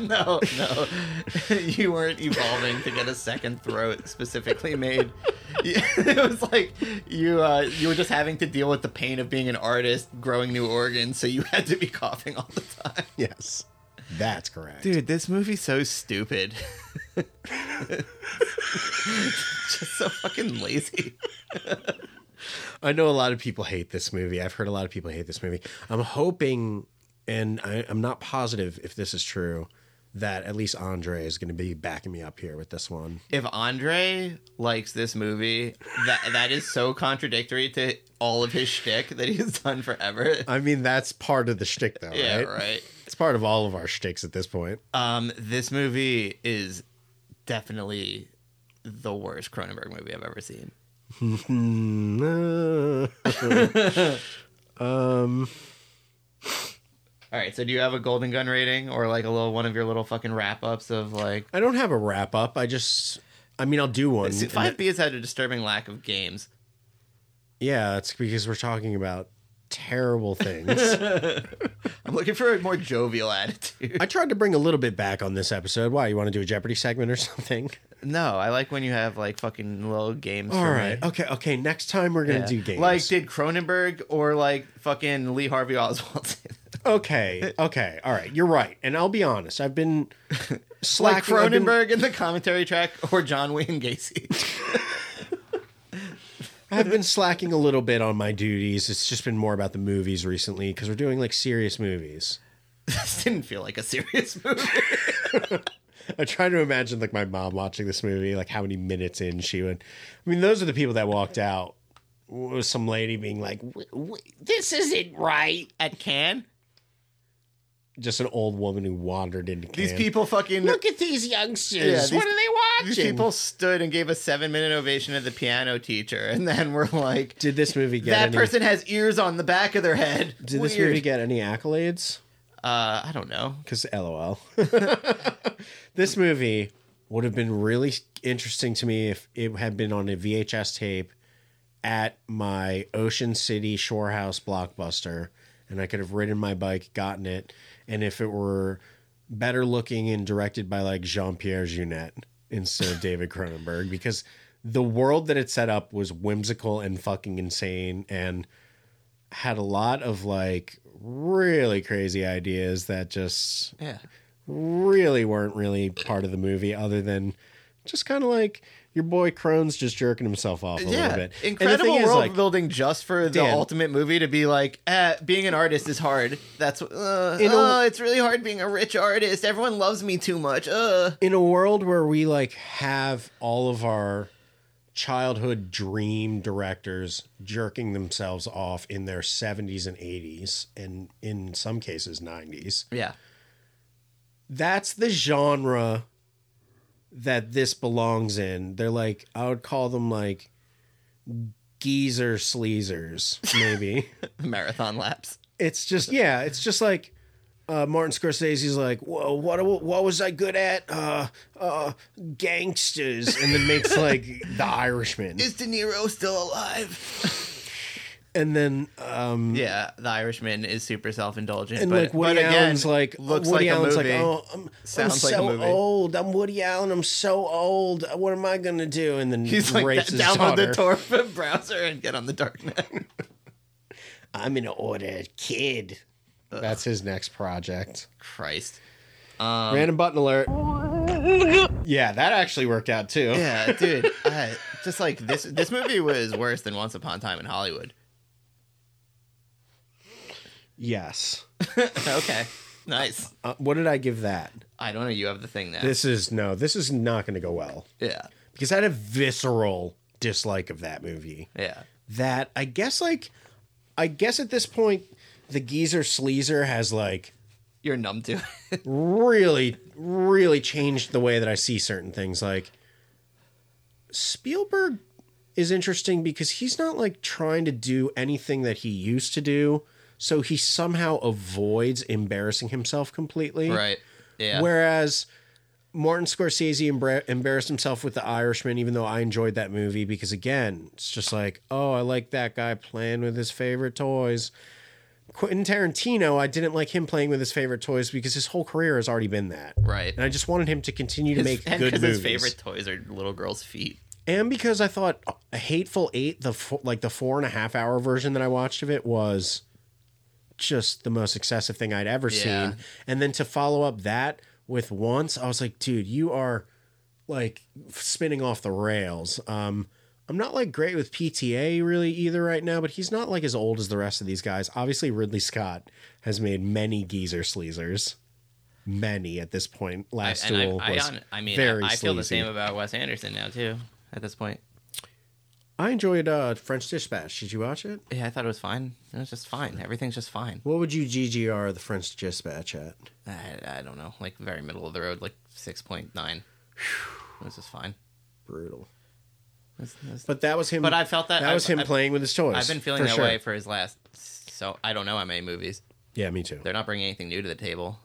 C: no, no. you weren't evolving to get a second throat specifically made. You- It was like you uh, you were just having to deal with the pain of being an artist, growing new organs, so you had to be coughing all the time.
B: Yes. That's correct.
C: Dude, this movie's so stupid. just so fucking lazy.
B: I know a lot of people hate this movie. I've heard a lot of people hate this movie. I'm hoping, and I, I'm not positive if this is true, that at least Andre is going to be backing me up here with this one.
C: If Andre likes this movie, that that is so contradictory to all of his shtick that he's done forever.
B: I mean, that's part of the shtick, though,
C: Yeah,
B: right?
C: Uh, right.
B: It's part of all of our shticks at this point.
C: Um, this movie is definitely the worst Cronenberg movie I've ever seen.
B: No.
C: All right, so do you have a Golden Gun rating or like a little one of your little fucking wrap ups of like?
B: I don't have a wrap up. I just, I mean, I'll do one.
C: See, Five B has had a disturbing lack of games.
B: Yeah, it's because we're talking about terrible things.
C: I'm looking for a more jovial attitude.
B: I tried to bring a little bit back on this episode. Why? You want to do a Jeopardy segment or something?
C: No, I like when you have like fucking little games.
B: All
C: for
B: right.
C: me.
B: Okay. Okay. Next time we're gonna
C: Yeah.
B: do games.
C: Like, did Cronenberg or like fucking Lee Harvey Oswald? say that?
B: okay. Okay. All right. You're right. And I'll be honest. I've been
C: like
B: slacking. I've been-
C: Cronenberg in the commentary track or John Wayne Gacy?
B: I've been slacking a little bit on my duties. It's just been more about the movies recently because we're doing like serious movies.
C: this didn't feel like a serious movie.
B: I try to imagine like my mom watching this movie, like how many minutes in she would. I mean, those are the people that walked out. Was some lady being like, "W- w- "This isn't right."
C: At Cannes.
B: Just an old woman who wandered into
C: These
B: Cannes.
C: people fucking
I: Look at these youngsters.
C: Yeah, these-
I: what are they
C: these
I: watching?
C: people stood and gave a seven minute ovation to the piano teacher, and then we're like,
B: Did this movie get
C: that
B: any,
C: person has ears on the back of their head.
B: Did this
C: Weird.
B: movie get any accolades?
C: Uh, I don't know.
B: because lol this movie would have been really interesting to me if it had been on a vhs tape at my ocean city shore house blockbuster and i could have ridden my bike gotten it and if it were better looking and directed by like jean-pierre junet instead of david cronenberg because the world that it set up was whimsical and fucking insane and had a lot of like really crazy ideas that just
C: Yeah.
B: really weren't really part of the movie other than just kind of like your boy Crone's just jerking himself off a little
C: Yeah,
B: bit. And the
C: incredible
B: thing is,
C: world
B: like,
C: building just for the
B: Dan-
C: ultimate movie to be like, eh, being an artist is hard. That's uh,
B: In a-
C: oh, it's really hard being a rich artist. Everyone loves me too much. Uh,
B: in a world where we like have all of our childhood dream directors jerking themselves off in their 70s and 80s and in some cases 90s.
C: yeah,
B: that's the genre that this belongs in. They're like I would call them like geezer sleezers, maybe.
C: marathon laps.
B: it's just yeah, it's just like uh, Martin Scorsese's like, whoa, what what was I good at? Uh, uh, gangsters, and then makes like The Irishman,
C: Is De Niro still alive?
B: and then um,
C: Yeah, The Irishman is super self indulgent.
B: and
C: but,
B: like Woody
C: but again,
B: Allen's like
C: looks
B: Woody
C: like
B: Allen's
C: a movie.
B: like oh I'm,
C: Sounds
B: I'm
C: like a
B: so
C: movie.
B: old I'm Woody Allen I'm so old what am I gonna do and then
C: He's like,
B: rapes his
C: download
B: daughter.
C: the Tor browser and get on the darknet.
B: I'm gonna order a kid. That's his next project.
C: Christ. Um,
B: Random button alert. yeah, that actually worked out too.
C: Yeah, dude. Uh, just like this, this movie was worse than Once Upon a Time in Hollywood.
B: Yes.
C: okay, nice.
B: Uh, what did I give that?
C: I don't know. You have the thing now.
B: This is no. This is not gonna go well
C: yeah,
B: because I had a visceral dislike of that movie.
C: yeah.
B: that I guess like I guess at this point the geezer sleazer has like
H: You're numb to it.
B: really, really changed the way that I see certain things. Like Spielberg is interesting because he's not like trying to do anything that he used to do, so he somehow avoids embarrassing himself completely.
H: right. Yeah.
B: Whereas Martin Scorsese embra- embarrassed himself with The Irishman, even though I enjoyed that movie because, again, it's just like, oh, I like that guy playing with his favorite toys. Quentin Tarantino, I didn't like him playing with his favorite toys because his whole career has already been that.
H: right.
B: And I just wanted him to continue to make
H: and
B: good
H: because
B: movies.
H: his favorite toys are little girls' feet.
B: and because I thought a Hateful Eight, the fo- like the four and a half hour version that I watched of it, was just the most excessive thing I'd ever
H: Yeah.
B: seen. And then to follow up that with Once, I was like, dude, you are like spinning off the rails. Um, I'm not like great with PTA really either right now, but he's not like as old as the rest of these guys. Obviously, Ridley Scott has made many geezer sleazers. Many at this point.
C: I,
B: Last
C: and
B: Duel
C: I, I,
B: was
C: hon- I mean,
B: very
C: I, I feel the
B: sleazy.
C: same about Wes Anderson now too. At this point,
B: I enjoyed uh, French Dispatch. Did you watch it?
C: yeah, I thought it was fine. It was just fine. Everything's just fine.
B: What would you GGR the French Dispatch at?
C: I, I don't know, like very middle of the road, like six point nine. It was just fine.
B: Brutal.
C: It was- it was-
B: But that was him.
C: But I felt that-
B: that was
C: I've-
B: him
C: I've-
B: playing with his toys.
C: I've been feeling
B: for
C: that
B: sure.
C: way for his last. So I don't know how many movies.
B: Yeah, me too.
C: They're not bringing anything new to the table.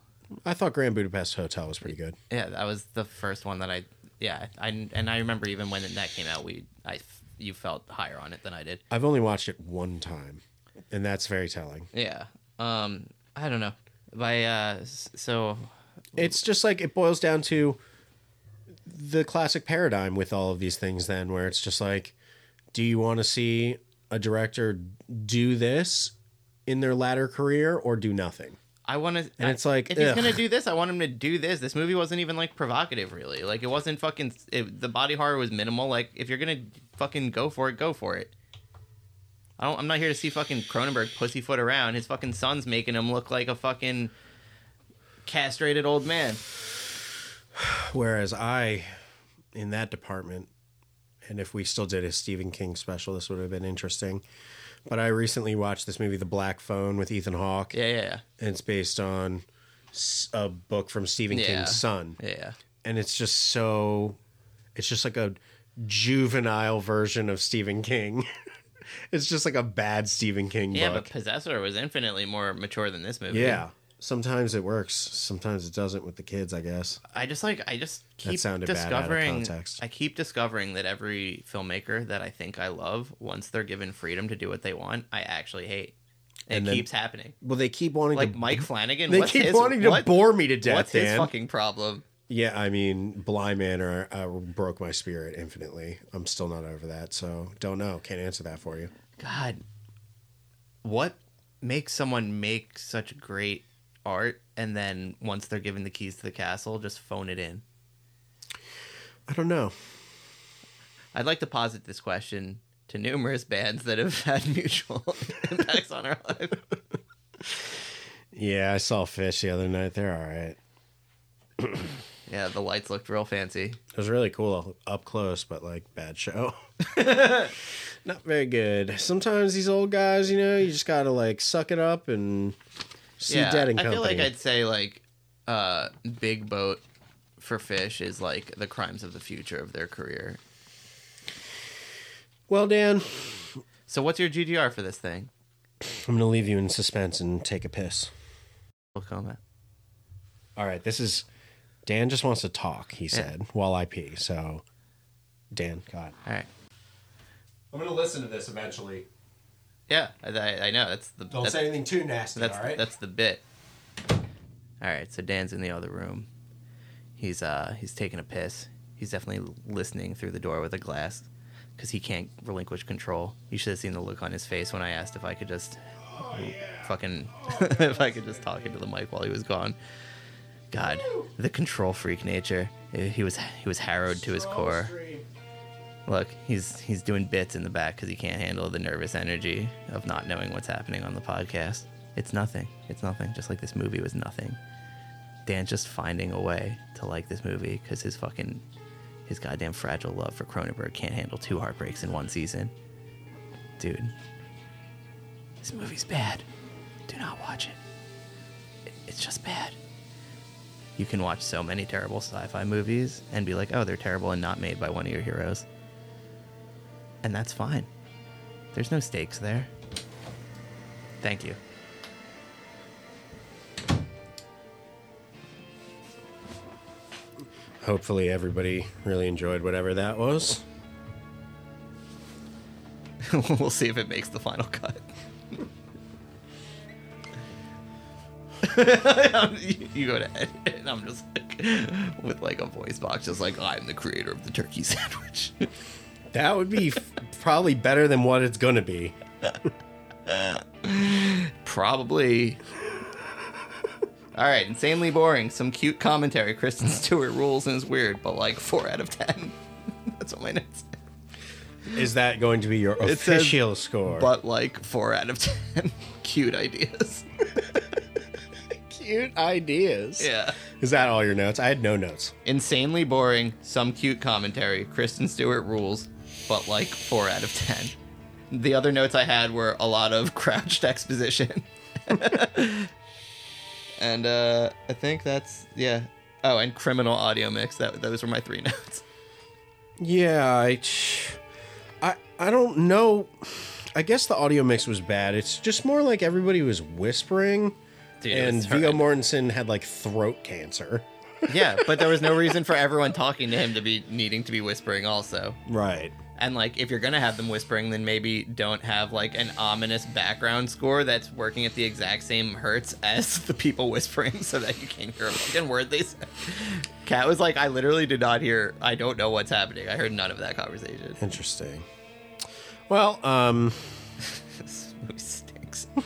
B: I thought Grand Budapest Hotel was pretty good.
C: Yeah, that was the first one that I. Yeah, I and I remember even when that came out, we I you felt higher on it than I did.
B: I've only watched it one time, and that's very telling.
C: Yeah. Um. I don't know. By uh. s- So
B: It's just like it boils down to the classic paradigm with all of these things, then, where it's just like, do you want to see a director do this in their latter career or do nothing?
C: I want to.
B: And it's like,
C: if he's
B: ugh.
C: gonna do this, I want him to do this. This movie wasn't even like provocative, really. Like it wasn't fucking. It, the body horror was minimal. Like if you're gonna fucking go for it, go for it. I don't. I'm not here to see fucking Cronenberg pussyfoot around. His fucking son's making him look like a fucking castrated old man.
B: Whereas I, in that department, and if we still did a Stephen King special, this would have been interesting. But I recently watched this movie, The Black Phone, with Ethan Hawke,
C: Yeah, yeah,
B: and it's based on s- a book from Stephen
C: Yeah.
B: King's son,
C: yeah. yeah.
B: and it's just so, it's just like a juvenile version of Stephen King. it's just like a bad Stephen King
C: Yeah,
B: book.
C: but Possessor was infinitely more mature than this movie.
B: yeah. Sometimes it works. Sometimes it doesn't with the kids, I guess.
C: I just like I just keep
B: sounded bad out of
C: discovering.
B: context.
C: I keep discovering that every filmmaker that I think I love, once they're given freedom to do what they want, I actually hate. It
B: And then-
C: keeps happening.
B: Well, they keep wanting
C: Like
B: to.
C: Mike Flanagan,
B: they
C: what's
B: keep
C: his-
B: wanting to
C: what-
B: bore me to death.
C: What's
B: Dan.
C: his fucking problem?
B: Yeah, I mean, Blind Manor uh, broke my spirit infinitely. I'm still not over that, so don't know. Can't answer that for you.
C: God, what makes someone make such great art and then once they're given the keys to the castle, just phone it in?
B: I don't know.
C: I'd like to posit this question to numerous bands that have had mutual impacts on our life.
B: Yeah, I saw Fish the other night. They're all right.
C: Yeah, the lights looked real fancy.
B: It was really cool up close, but like bad show. not very good. Sometimes these old guys, you know, you just gotta like suck it up and see
C: yeah,
B: dead and
C: I
B: company.
C: feel like I'd say like uh, Big Boat for Fish is like the crimes of the future of their career.
B: Well, Dan,
C: So what's your GDR for this thing?
B: I'm gonna leave you in suspense and take a piss.
C: We'll call it.
B: All right, this is Dan just wants to talk. He said while I pee. So, Dan, God.
C: All right.
B: I'm gonna listen to this eventually.
C: Yeah, I, I I know that's the
B: Don't
C: that's,
B: say anything too nasty,
C: that's
B: all right?
C: that's the bit. All right, so Dan's in the other room. He's uh he's taking a piss. He's definitely listening through the door with a glass because he can't relinquish control. You should have seen the look on his face when I asked if I could just fucking if I could just talk into the mic while he was gone. God, the control freak nature. He was he was harrowed to his core. Look, he's he's doing bits in the back because he can't handle the nervous energy of not knowing what's happening on the podcast. It's nothing. It's nothing. Just like this movie was nothing. Dan's just finding a way to like this movie because his fucking his goddamn fragile love for Cronenberg can't handle two heartbreaks in one season. Dude, this movie's bad. do not watch it. It- It's just bad. You can watch so many terrible sci-fi movies and be like, "Oh, they're terrible and not made by one of your heroes." And that's fine. There's no stakes there. Thank you.
B: Hopefully, everybody really enjoyed whatever that was.
C: we'll see if it makes the final cut. you you go to edit, and I'm just like, with like a voice box, just like I'm the creator of the turkey sandwich.
B: That would be f- probably better than what it's gonna be.
C: Probably. All right, insanely boring. Some cute commentary. Kristen Stewart rules and is weird, but like four out of ten. That's what my notes. say.
B: Is that going to be your
C: It says,
B: official score?
C: But like four out of ten. cute ideas.
B: cute ideas.
C: Yeah.
B: Is that all your notes? I had no notes.
C: insanely boring, some cute commentary. Kristen Stewart rules, but like four out of ten. The other notes I had were a lot of crouched exposition. and uh, I think that's yeah. Oh, and criminal audio mix. That those were my three notes.
B: Yeah, I, I, I don't know. I guess the audio mix was bad. It's just more like everybody was whispering,
H: Dude, it
B: and
H: was
B: Viggo
H: horrid.
B: Mortensen had like throat cancer.
C: yeah, but there was no reason for everyone talking to him to be needing to be whispering also.
B: Right.
C: And like, if you're gonna have them whispering, then maybe don't have like an ominous background score that's working at the exact same hertz as the people whispering, so that you can't hear a fucking word they say. Cat was like, I literally did not hear. I don't know what's happening. I heard none of that conversation.
B: Interesting. Well, um,
C: this movie stinks.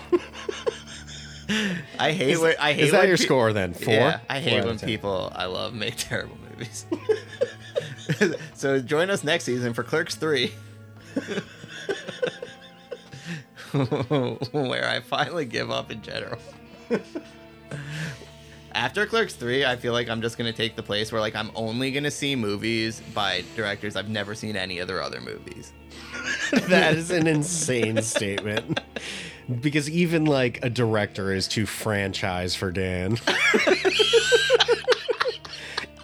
C: I hate. when, I hate.
B: is that
C: when
B: your
C: pe-
B: score then? Four.
C: Yeah, I
B: Four
C: hate
B: out
C: when
B: of ten.
C: people I love make terrible movies. so join us next season for Clerks 3. Where I finally give up in general. After Clerks 3, I feel like I'm just going to take the place where like I'm only going to see movies by directors I've never seen any other other movies.
B: that is an insane statement. Because even like a director is too franchise for Dan.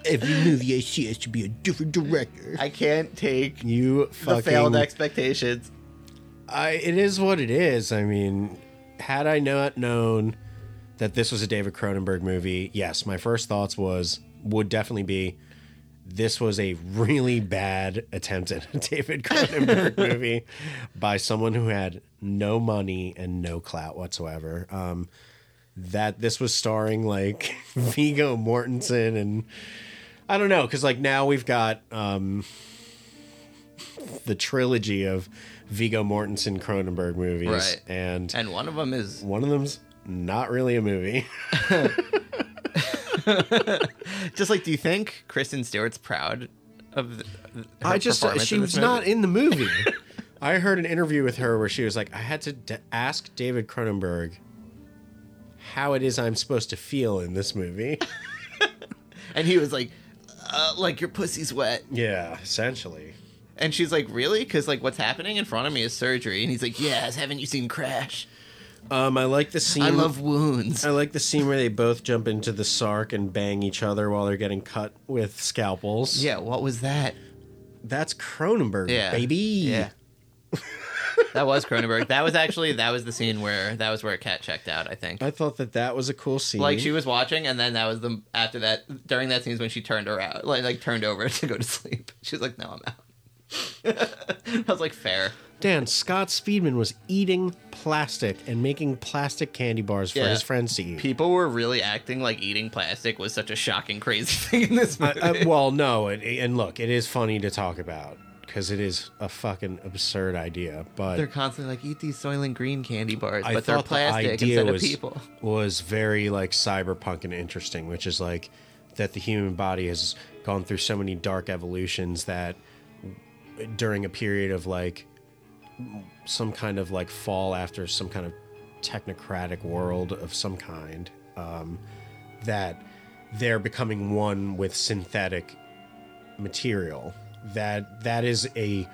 I: Every movie I see has to be a different director.
C: I can't take
B: You
C: the
B: fucking
C: failed expectations.
B: I, it is what it is. I mean, had I not known that this was a David Cronenberg movie, yes, my first thoughts was would definitely be this was a really bad attempt at a David Cronenberg movie by someone who had no money and no clout whatsoever. Um, that this was starring like Vigo Mortensen and I don't know because like now we've got um, the trilogy of Vigo Mortensen Cronenberg movies
C: Right.
B: and
C: And one of them is
B: one of them's not really a movie.
C: Just like, do you think Kristen Stewart's proud of? The, her
B: I just uh,
C: performance
B: she
C: in this
B: was not
C: movie?
B: in the movie. I heard an interview with her where she was like, "I had to d- ask David Cronenberg how it is I'm supposed to feel in this movie."
C: and he was like, uh, "Like your pussy's wet,"
B: yeah, essentially.
C: and she's like, "Really?" Because like, what's happening in front of me is surgery, and he's like, "Yes, haven't you seen Crash?
B: Um, I like the scene.
C: I love wounds."
B: I like the scene where they both jump into the sark and bang each other while they're getting cut with scalpels.
C: Yeah, what was that?
B: that's Cronenberg,
C: Yeah,
B: baby.
C: Yeah. that was Cronenberg. That was actually that was the scene where that was where Cat checked out. I think.
B: I thought that that was a cool scene.
C: Like she was watching, and then that was the after that during that scene is when she turned her out, like like turned over to go to sleep. She was like, "No, I'm out." I was like, "Fair."
B: Dan Scott Speedman was eating plastic and making plastic candy bars for
C: Yeah.
B: his friends to eat.
C: people were really acting like eating plastic was such a shocking, crazy thing in this movie.
B: Uh, well, no, and, and look, it is funny to talk about because it is a fucking absurd idea. But
C: they're constantly like, eat these Soylent Green candy bars,
B: I
C: but they're
B: thought the
C: plastic
B: idea
C: instead
B: was
C: of people.
B: was very like cyberpunk and interesting, which is like that the human body has gone through so many dark evolutions that during a period of like some kind of like fall after some kind of technocratic world of some kind um, that they're becoming one with synthetic material that that is a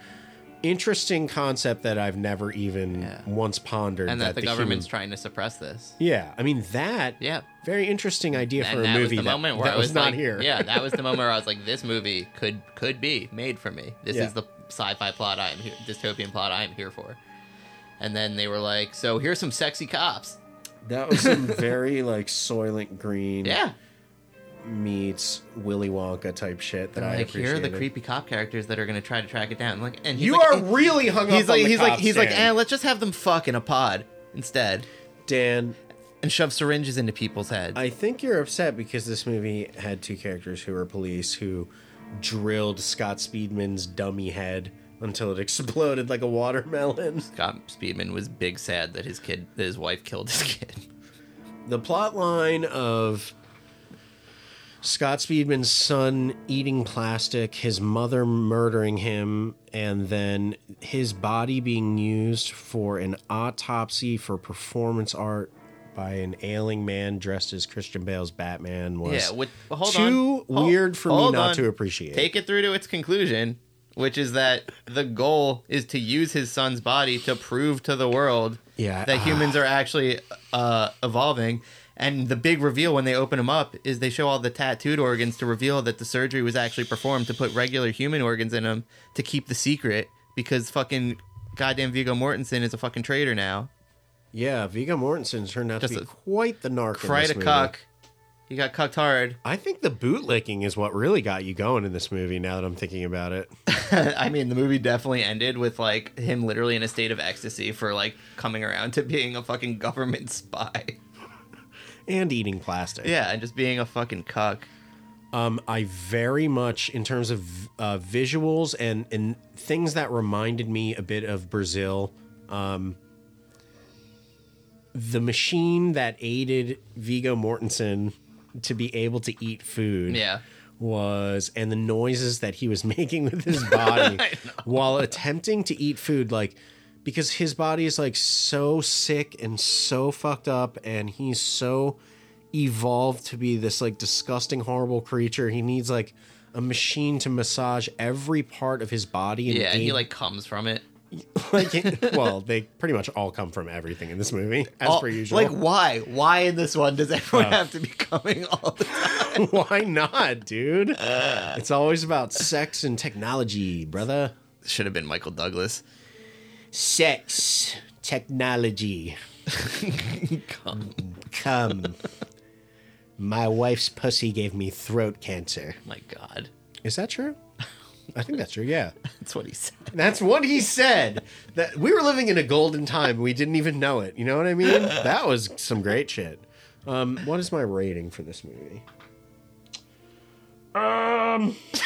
B: interesting concept that I've never even
C: Yeah.
B: once pondered.
C: and that, the, government's
B: human-
C: trying to suppress this.
B: yeah, I mean that.
C: Yeah.
B: Very interesting idea
C: And
B: for a
C: that
B: movie
C: was the
B: that,
C: moment where
B: that
C: I was,
B: not
C: like-
B: here.
C: yeah, that was the moment where I was like, this movie could could be made for me. This
B: Yeah.
C: is the sci-fi plot I am here, dystopian plot I am here for. And then they were like, so here's some sexy cops.
B: that was some very like Soylent Green
C: Yeah,
B: meets Willy Wonka type shit that I
C: like here are the
B: appreciated.
C: creepy cop characters that are going to try to track it down. Like, and he's
B: You
C: like,
B: are
C: eh,
B: really hung
C: he's
B: up on
C: like
B: the
C: he's like
B: cops,
C: he's like, eh,
B: Dan.
C: let's just have them fuck in a pod instead
B: Dan,
C: and shove syringes into people's heads.
B: I think you're upset because this movie had two characters who were police who drilled Scott Speedman's dummy head until it exploded like a watermelon.
C: Scott Speedman was big sad that his kid, that his wife killed his kid.
B: The plot line of Scott Speedman's son eating plastic, his mother murdering him, and then his body being used for an autopsy for performance art by an ailing man dressed as Christian Bale's Batman was
C: Yeah, with, well, hold on.
B: too
C: Hol-
B: weird for me
C: hold
B: not
C: on.
B: to appreciate.
C: Take it through to its conclusion, which is that the goal is to use his son's body to prove to the world
B: Yeah,
C: that
B: ah.
C: humans are actually uh, evolving. And the big reveal when they open him up is they show all the tattooed organs to reveal that the surgery was actually performed to put regular human organs in him to keep the secret because fucking goddamn Vigo Mortensen is a fucking traitor now.
B: Yeah, Viggo Mortensen turned out
C: Just
B: to be
C: a-
B: quite the narc. in
C: Cried
B: this
C: a
B: movie.
C: cuck. He got cucked hard.
B: I think the bootlicking is what really got you going in this movie. Now that I'm thinking about it,
C: I mean, the movie definitely ended with like him literally in a state of ecstasy for like coming around to being a fucking government spy.
B: and eating plastic.
C: Yeah, and just being a fucking cuck.
B: Um, I very much, in terms of uh, visuals and and things that reminded me a bit of Brazil. Um, the machine that aided Vigo Mortensen to be able to eat food.
C: Yeah.
B: was and the noises that he was making with his body while attempting to eat food like because his body is like so sick and so fucked up and he's so evolved to be this like disgusting horrible creature he needs like a machine to massage every part of his body and
C: Yeah, and he
B: aid-
C: like comes from it.
B: like, well they pretty much all come from everything in this movie as
C: All-
B: per usual
C: Oh,
B: Oh.
C: Like why? Why in this one does everyone have to be coming all the time?
B: why not dude
C: Uh.
B: it's always about sex and technology brother
C: Should have been Michael Douglas.
B: sex technology
C: Oh
B: come my wife's pussy gave me throat cancer
C: My God.
B: is that true i think that's true yeah
C: That's what he said.
B: that's what he said that we were living in a golden time we didn't even know it you know what i mean that was some great shit um, what is my rating for this movie um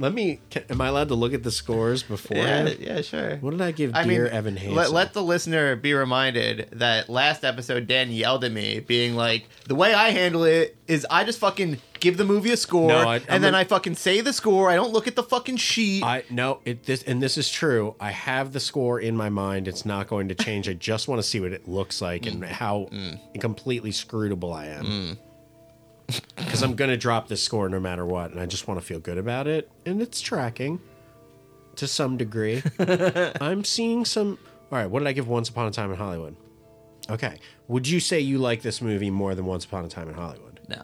B: let me can, am i allowed to look at the scores before
C: Yeah, yeah, sure.
B: what did i give dear evan Hansen?
C: Let, let the listener be reminded that last episode Dan yelled at me, being like, "The way I handle it is I just fucking give the movie a score,
B: No, I-
C: and
B: I'm
C: then
B: a-
C: I fucking say the score. I don't look at the fucking sheet."
B: I no it this and this is true. I have the score in my mind. It's not going to change. I just want to see what it looks like and how completely screwable I am. Because I'm going to drop this score no matter what, and I just want to feel good about it. And it's tracking to some degree. I'm seeing some. All right, what did I give Once Upon a Time in Hollywood? Okay, would you say you like this movie more than Once Upon a Time in Hollywood?
C: no,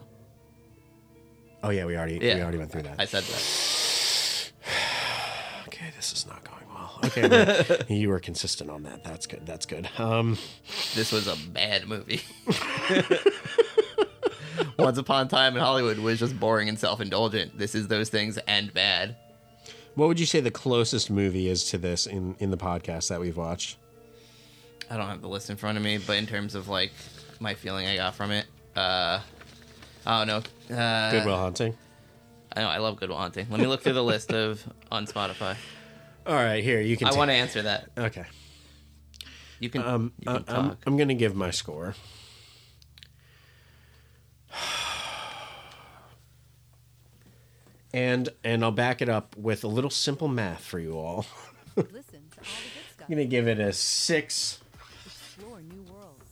B: Oh yeah, we already we
C: Yeah.
B: already went through that.
C: I said that.
B: Okay, this is not going well. Okay, well, you were consistent on that. That's good. That's good. Um,
C: This was a bad movie. Once upon a time in Hollywood was just boring and self-indulgent. This is those things and bad.
B: what would you say the closest movie is to this in in the podcast that we've watched?
C: I don't have the list in front of me, but in terms of like my feeling I got from it, uh, I don't know. Uh,
B: Goodwill Hunting.
C: I know. I love Goodwill Hunting. Let me look through the list of on Spotify.
B: All right, here you can.
C: I
B: take-
C: want to answer that.
B: Okay,
C: You can.
B: um,
C: you can
B: uh,
C: talk.
B: I'm I'm gonna give my score. And and I'll back it up with a little simple math for you all.
E: Listen to all the good stuff.
B: I'm gonna give it a six
E: Explore new worlds.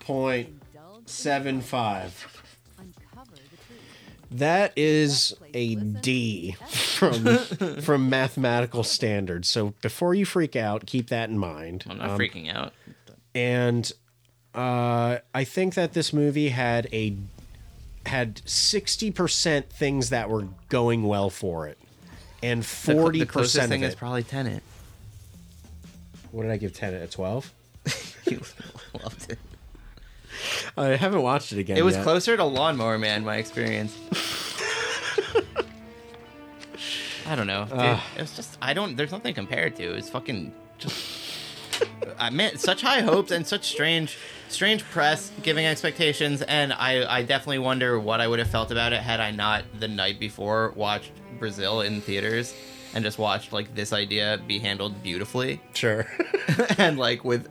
B: point
E: Indulge in
B: seven five.
E: Uncover the truth.
B: That is a D from from mathematical standards. So before you freak out, keep that in mind.
C: I'm not
B: Um,
C: freaking out.
B: and uh, I think that this movie had a had sixty percent things that were going well for it, and
C: The cl-
B: forty
C: The closest
B: percent of
C: thing
B: it.
C: is probably Tenant.
B: what did I give Tenet a twelve?
C: You loved it.
B: I haven't watched it again.
C: It was
B: yet.
C: closer to Lawnmower Man, my experience. I don't know. dude. it was just I don't. There's nothing compared to. It was fucking just. I meant such high hopes and such strange, strange press giving expectations, and I, I definitely wonder what I would have felt about it had I not the night before watched Brazil in theaters and just watched like this idea be handled beautifully
B: Sure,
C: and like with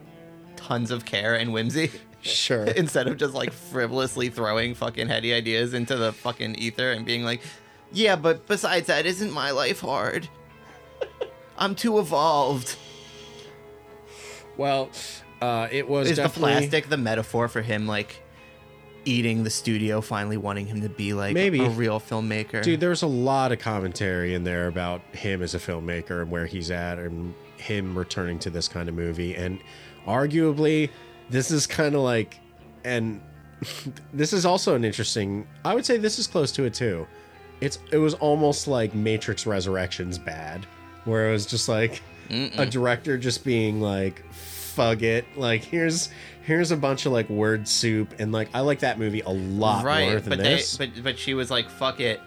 C: tons of care and whimsy
B: sure.
C: instead of just like frivolously throwing fucking heady ideas into the fucking ether and being like, yeah, but besides that, isn't my life hard? I'm too evolved.
B: Well, uh, it was
C: Is the
B: definitely
C: plastic the metaphor for him like eating the studio, finally wanting him to be like
B: Maybe.
C: a real filmmaker?
B: Dude, there's a lot of commentary in there about him as a filmmaker and where he's at and him returning to this kind of movie. And arguably, this is kind of like, and this is also an interesting, I would say this is close to it too. It's It was almost like Matrix Resurrections bad, where it was just like a director just being like, fuck it. Like, here's. Here's a bunch of like word soup, and like I like that movie a lot more
C: right,
B: than
C: but they,
B: this.
C: but but she was like, fuck it,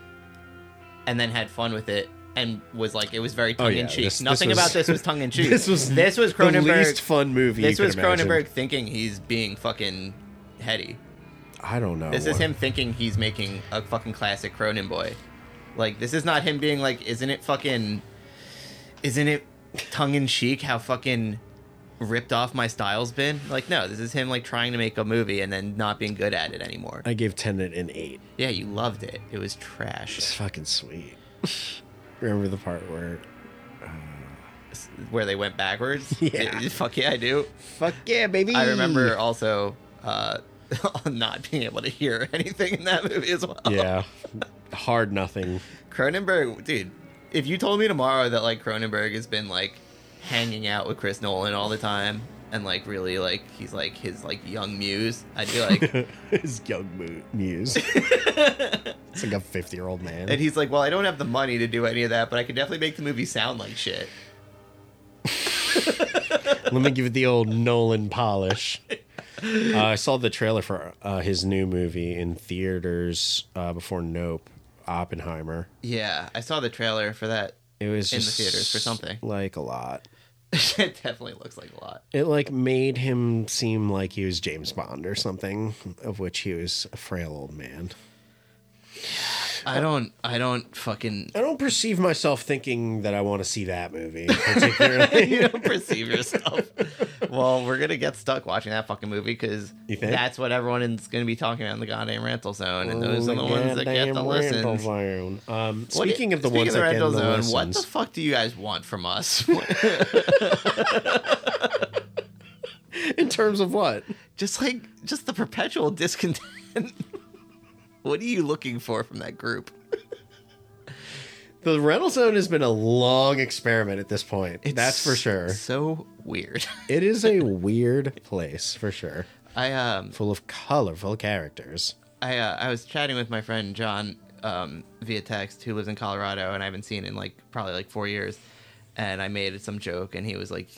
C: and then had fun with it. And was like it was very
B: Oh,
C: tongue
B: yeah,
C: in cheek.
B: this- this
C: Nothing
B: was-
C: about this was tongue in cheek.
B: this was
C: this was Cronenberg.
B: The least fun movie.
C: This
B: you
C: was
B: could imagine.
C: Cronenberg thinking he's being fucking heady.
B: I don't know.
C: This is
B: what-
C: him thinking he's making a fucking classic Cronin boy. Like this is not him being like, isn't it fucking, isn't it tongue in cheek how fucking ripped off my style's been? Like no, this is him like trying to make a movie and then not being good at it anymore.
B: I gave Tenet an eight.
C: yeah, you loved it. It was
B: It's
C: trash.
B: fucking sweet. Remember the part where?
C: Where they went backwards.
B: Yeah.
C: fuck yeah, I do.
B: Fuck yeah, baby!
C: I remember also uh, not being able to hear anything in that movie as well.
B: Yeah, hard nothing.
C: Cronenberg, dude, if you told me tomorrow that like Cronenberg has been like hanging out with Chris Nolan all the time and like really like he's like his like young muse, I'd be like,
B: His young mu- muse. it's like a fifty-year-old man.
C: and he's like, well, I don't have the money to do any of that, but I could definitely make the movie sound like shit.
B: Let me give it the old Nolan polish. Uh, I saw the trailer for uh, his new movie in theaters uh, before Nope, Oppenheimer.
C: Yeah, I saw the trailer for that.
B: It was
C: In the
B: just
C: theaters for something.
B: like a lot.
C: it definitely looks like a lot.
B: It like made him seem like he was James Bond or something, of which he was a frail old man.
C: I don't, I don't fucking.
B: I don't perceive myself thinking that I want to see that movie particularly.
C: You don't perceive yourself. well, we're gonna get stuck watching that fucking movie because
B: You think?
C: that's what everyone is gonna be talking about in the goddamn rental zone, and those are the ones that get the
B: Oh Goddamn rental
C: listens.
B: zone. Um,
C: What do-
B: speaking of the ones that get the
C: rental zone,
B: listens,
C: what the fuck do you guys want from us?
B: in terms of what?
C: just like just the perpetual discontent. what are you looking for from that group?
B: The rental zone has been a long experiment at this point. That's for sure.
C: So weird.
B: It is a weird place for sure,
C: I um
B: full of colorful characters.
C: I uh, I was chatting with my friend John um, via text who lives in Colorado and I haven't seen in like probably like four years, and I made some joke and he was like,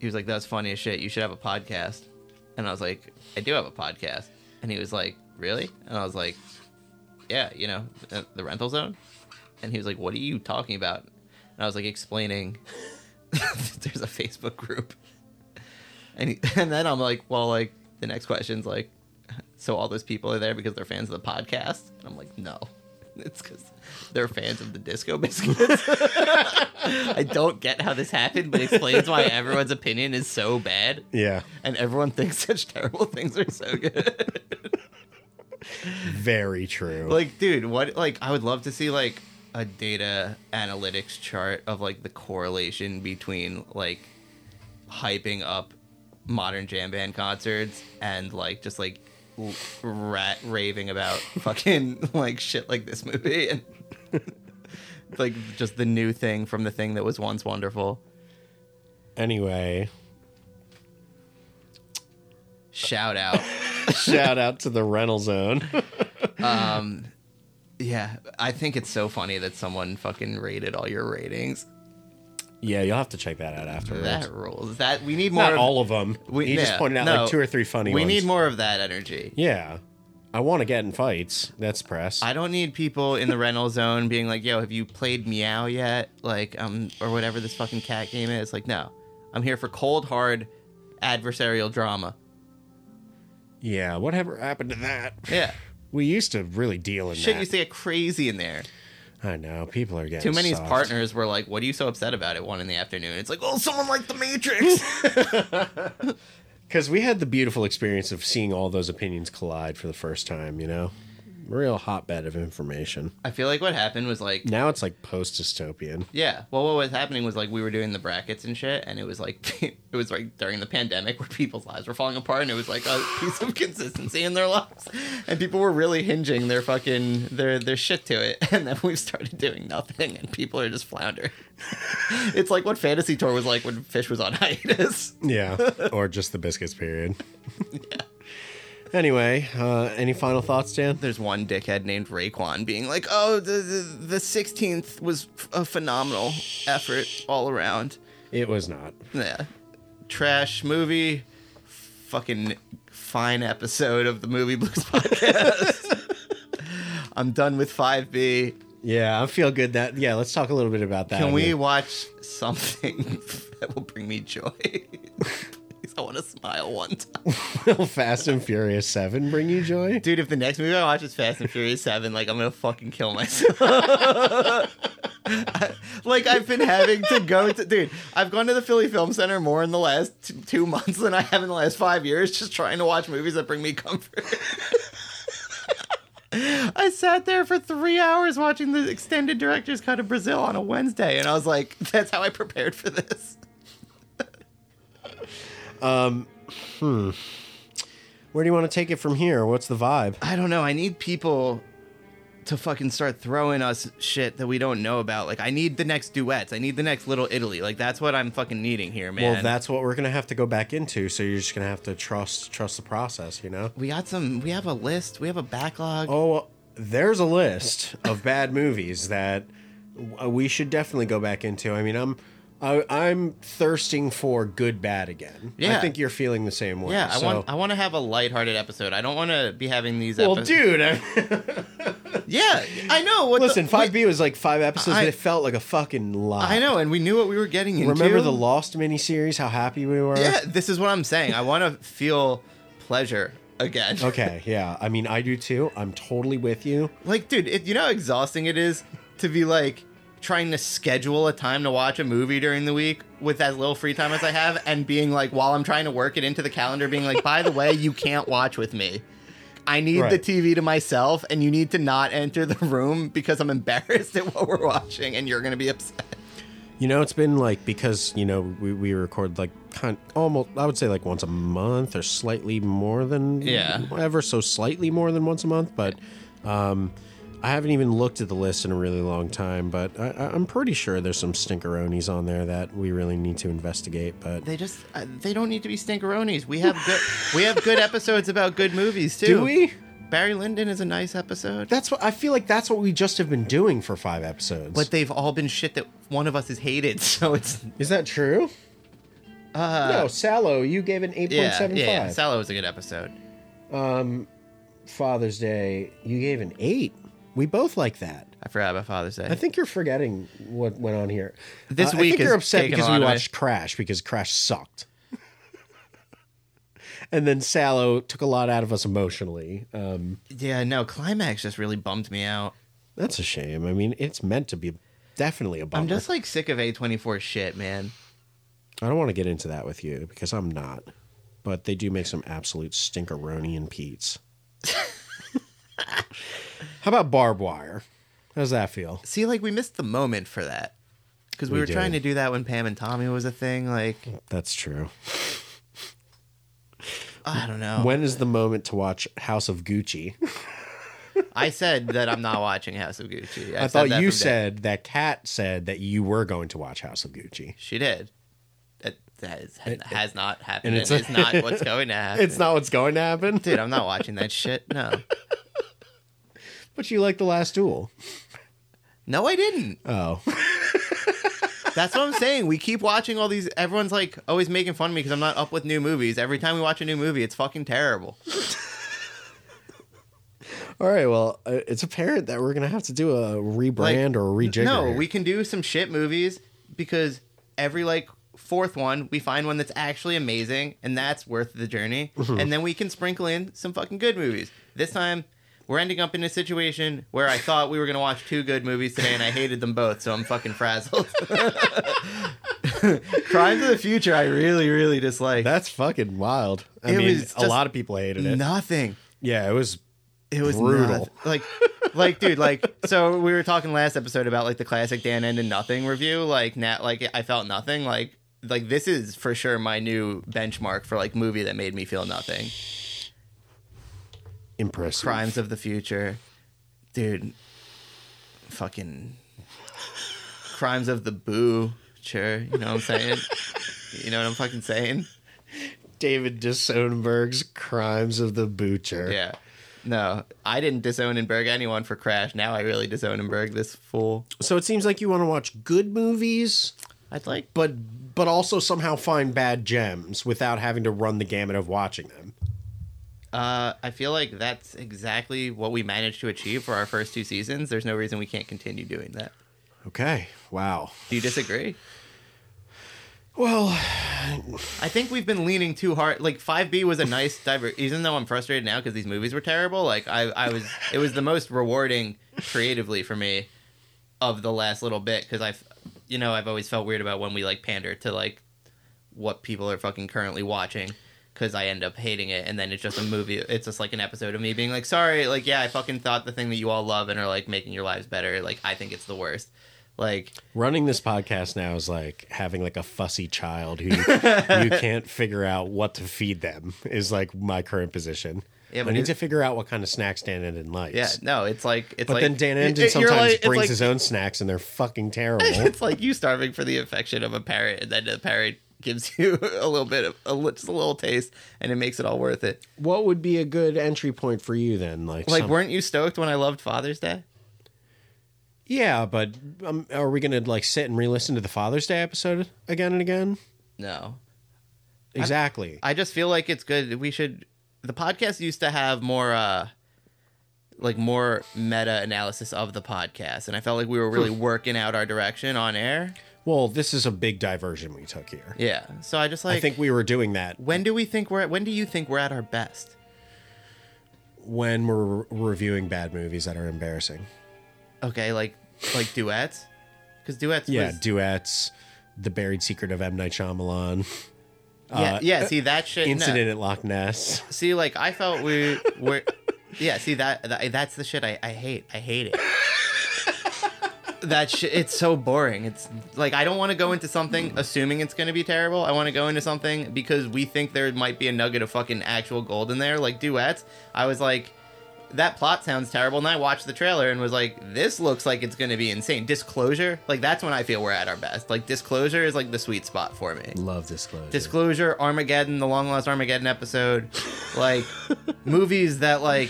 C: he was like that's funny as shit. You should have a podcast, and I was like, I do have a podcast, and he was like, really? And I was like, yeah, you know, uh, the rental zone, and he was like, what are you talking about? And I was like explaining, there's a Facebook group, and he, and then I'm like, well, like the next question's like so all those people are there because they're fans of the podcast. And I'm like, no, it's because they're fans of the Disco Biscuits. I don't get how this happened, but it explains why everyone's opinion is so bad,
B: Yeah,
C: and everyone thinks such terrible things are so good.
B: very true.
C: like, dude, what? Like, I would love to see like a data analytics chart of like the correlation between like hyping up modern jam band concerts and like just like l- rat raving about fucking like shit like this movie and like just the new thing from the thing that was once wonderful.
B: Anyway,
C: Shout out.
B: shout out to the rental zone.
C: yeah, I think it's so funny that someone fucking rated all your ratings.
B: yeah, you'll have to check that out afterwards.
C: That rules. That we need more.
B: Not
C: of,
B: all of them.
C: We,
B: you just
C: yeah,
B: pointed out
C: no,
B: like two or three funny
C: We
B: ones.
C: need more of that energy.
B: Yeah. I want to get in fights. That's press.
C: I don't need people in the rental zone being like, "Yo, have you played Meow yet?" Like, um, or whatever this fucking cat game is. Like, no, I'm here for cold hard adversarial drama.
B: yeah, whatever happened to that?
C: Yeah,
B: We used to really deal in
C: shit
B: that.
C: used to get crazy in there.
B: I know people are getting
C: Too many
B: soft.
C: partners were like, "What are you so upset about?" At one in the afternoon, it's like, "Oh, someone liked The Matrix."
B: because we had the beautiful experience of seeing all those opinions collide for the first time. You know, real hotbed of information.
C: I feel like what happened was like
B: Now it's like post dystopian.
C: Yeah. Well, what was happening was like we were doing the brackets and shit, and it was like it was like during the pandemic where people's lives were falling apart, and it was like a piece of consistency in their lives, and people were really hinging their fucking their their shit to it, and then we started doing nothing, and people are just floundering. it's like what Fantasy Tour was like when Fish was on hiatus.
B: Yeah, or just the biscuits period. Anyway, uh, any final thoughts, Dan?
C: There's one dickhead named Raekwon being like, "Oh, the the- the sixteenth was f- a phenomenal effort all around."
B: It was not.
C: Yeah. Trash movie. Fucking fine episode of the Movie Blues podcast. I'm done with 5B.
B: Yeah, I feel good that. Yeah, let's talk a little bit about that.
C: Can
B: I
C: we
B: mean,
C: watch something that will bring me joy? Please, I want to smile one time.
B: will Fast and Furious Seven bring you joy?
C: Dude, if the next movie I watch is Fast and Furious 7, like, I'm going to fucking kill myself. I- like, I've been having to go to. Dude, I've gone to the Philly Film Center more in the last t- two months than I have in the last five years, just trying to watch movies that bring me comfort. I sat there for three hours watching the extended director's cut of Brazil on a Wednesday, and I was like, that's how I prepared for this.
B: Where do you want to take it from here? What's the vibe?
C: I don't know. I need people to fucking start throwing us shit that we don't know about. Like, I need the next duets. I need the next Little Italy. Like, that's what I'm fucking needing here, man.
B: Well, that's what we're gonna have to go back into. So you're just gonna have to trust trust the process, you know.
C: we got some. We have a list. We have a backlog.
B: Oh, well, there's a list of bad movies that w- we should definitely go back into. I mean, I'm I, I'm thirsting for good bad again. I
C: Yeah.
B: think you're feeling the same way.
C: yeah, I
B: so-
C: want. I want to have a lighthearted episode. I don't want to be having these.
B: well,
C: epi-
B: dude, I,
C: Yeah, I know. What the-
B: listen, Five B was like five episodes.
C: I-
B: and it felt like a fucking lot.
C: I know, and we knew what we were getting into.
B: Remember the Lost miniseries? How happy we were.
C: Yeah, this is what I'm saying. I want to feel pleasure again.
B: Okay. Yeah. I mean, I do too. I'm totally with you.
C: Like, dude, it, you know how exhausting it is to be like trying to schedule a time to watch a movie during the week with as little free time as I have, and being like, while I'm trying to work it into the calendar, being like, by the way, you can't watch with me. I need the
B: Right.
C: TV to myself, and you need to not enter the room because I'm embarrassed at what we're watching, and you're gonna be upset.
B: You know, it's been like because you know we, we record like kind almost I would say like once a month or slightly more than
C: Yeah.
B: ever so slightly more than once a month, but um, I haven't even looked at the list in a really long time. But I, I- I'm pretty sure there's some stinkeronies on there that we really need to investigate. But
C: They just uh, they don't need to be stinkeronies. We have good we have good episodes about good movies too.
B: do we?
C: Barry Lyndon is a nice episode.
B: That's what I feel like. That's what we just have been doing for five episodes.
C: But they've all been shit that one of us has hated, so it's
B: is that true? Uh, no, Sallow, you gave an eight point
C: yeah, yeah,
B: seven
C: yeah.
B: five.
C: Sallow was a good episode.
B: Father's Day, you gave an eight. We both like that.
C: I forgot about Father's Day.
B: I think you're forgetting what went on here.
C: This
B: Uh, I
C: week
B: think you're
C: has
B: upset
C: taken a
B: because
C: lot
B: we
C: of my-
B: watched Crash because Crash sucked. and then Sallow took a lot out of us emotionally. Um,
C: yeah, no, climax just really bummed me out.
B: that's a shame. I mean, it's meant to be definitely a bummer.
C: I'm just like sick of A24 shit, man.
B: I don't want to get into that with you because I'm not. But they do make some absolute stinkeronian peats. How about barbed wire? How does that feel?
C: See, like we missed the moment for that because we,
B: We
C: were trying to
B: did.
C: do that when Pam and Tommy was a thing. Like,
B: That's true.
C: I don't know.
B: When is the moment to watch House of Gucci?
C: I said that I'm not watching House of Gucci.
B: I
C: said
B: thought
C: that
B: you
C: from day-
B: said that Kat said that you were going to watch House of Gucci.
C: she did. That, that is, has not happened.
B: and
C: And
B: it's
C: it's,
B: a-
C: not what's going to happen.
B: It's not what's going to happen.
C: dude. I'm not watching that shit. No,
B: But you like The Last Duel.
C: no, I didn't.
B: Oh.
C: That's what I'm saying. We keep watching all these. Everyone's like always making fun of me because I'm not up with new movies. Every time we watch a new movie, it's fucking terrible.
B: All right. Well, uh, it's apparent that we're going to have to do a rebrand
C: Like,
B: or a rejigger.
C: No,
B: here.
C: we can do some shit movies because every like fourth one, we find one that's actually amazing and that's worth the journey. And then we can sprinkle in some fucking good movies. This time, we're ending up in a situation where I thought we were going to watch two good movies today and I hated them both, so I'm fucking frazzled. Crimes of the Future, I really, really dislike.
B: That's fucking wild. I
C: It
B: mean,
C: was
B: a lot
C: just
B: of people hated it.
C: nothing.
B: yeah, it was.
C: It was
B: Brutal.
C: noth- like, like, dude, like, so we were talking last episode about like the classic Dan End and Nothing review. Like, now, like, I felt nothing. Like, like this is for sure my new benchmark for like movie that made me feel nothing.
B: Impressive.
C: Crimes of the Future, dude, fucking Crimes of the Boo. Sure, you know what I'm saying. you know what I'm fucking saying.
B: David Disonenberg's Crimes of the Butcher.
C: Yeah. No, I didn't disown and berg anyone for Crash. Now I really disown and berg this fool.
B: So it seems like you want to watch good movies,
C: I'd like
B: but but also somehow find bad gems without having to run the gamut of watching them.
C: Uh, I feel like that's exactly what we managed to achieve for our first two seasons. There's no reason we can't continue doing that.
B: Okay. Wow.
C: Do you disagree?
B: Well,
C: I think we've been leaning too hard. Like 5B was a nice diver. Even though I'm frustrated now because these movies were terrible, like I, I was, it was the most rewarding creatively for me of the last little bit because I've, you know, I've always felt weird about when we like pander to like what people are fucking currently watching because I end up hating it and then it's just a movie. It's just like an episode of me being like, sorry, like yeah, I fucking thought the thing that you all love and are like making your lives better. Like I think it's the worst. Like
B: running this podcast now is like having like a fussy child who you can't figure out what to feed them is like my current position.
C: Yeah,
B: I
C: but
B: need
C: it-
B: to figure out what kind of snacks Dan Enden likes.
C: yeah, no, it's like it's
B: But
C: like
B: then Dan
C: it-
B: Enden
C: it- you're
B: sometimes
C: like- it's
B: brings
C: like-
B: his own snacks and they're fucking terrible.
C: it's like you starving for the affection of a parrot, and then the parrot gives you a little bit of a, li- just a little taste, and it makes it all worth it.
B: what would be a good entry point for you then? Like,
C: Like,
B: some-
C: weren't you stoked when I loved Father's Day?
B: yeah, but um, are we gonna like sit and re-listen to the Father's Day episode again and again?
C: No,
B: Exactly.
C: I just feel like it's good. We should. The podcast used to have more, uh like more meta analysis of the podcast, and I felt like we were really working out our direction on air.
B: well, this is a big diversion we took here.
C: Yeah, so I just like.
B: I think we were doing that
C: when do we think we're at? When do you think we're at our best?
B: when we're re- reviewing bad movies that are embarrassing.
C: Okay, like like duets, because duets.
B: Yeah,
C: was-
B: duets, The Buried Secret of M. Night Shyamalan,
C: Yeah,
B: Uh,
C: yeah. See that shit. no.
B: Incident at Loch Ness.
C: See, like I felt we were. Yeah. See that, that that's the shit I, I hate. I hate it. that shit. It's so boring. It's like I don't want to go into something assuming it's gonna be terrible. I want to go into something because we think there might be a nugget of fucking actual gold in there. Like duets. I was like. That plot sounds terrible, and I watched the trailer and was like, "This looks like it's going to be insane." Disclosure, like that's when I feel we're at our best. Like disclosure is like the sweet spot for me.
B: Love Disclosure.
C: Disclosure, Armageddon, the long lost Armageddon episode, like movies that like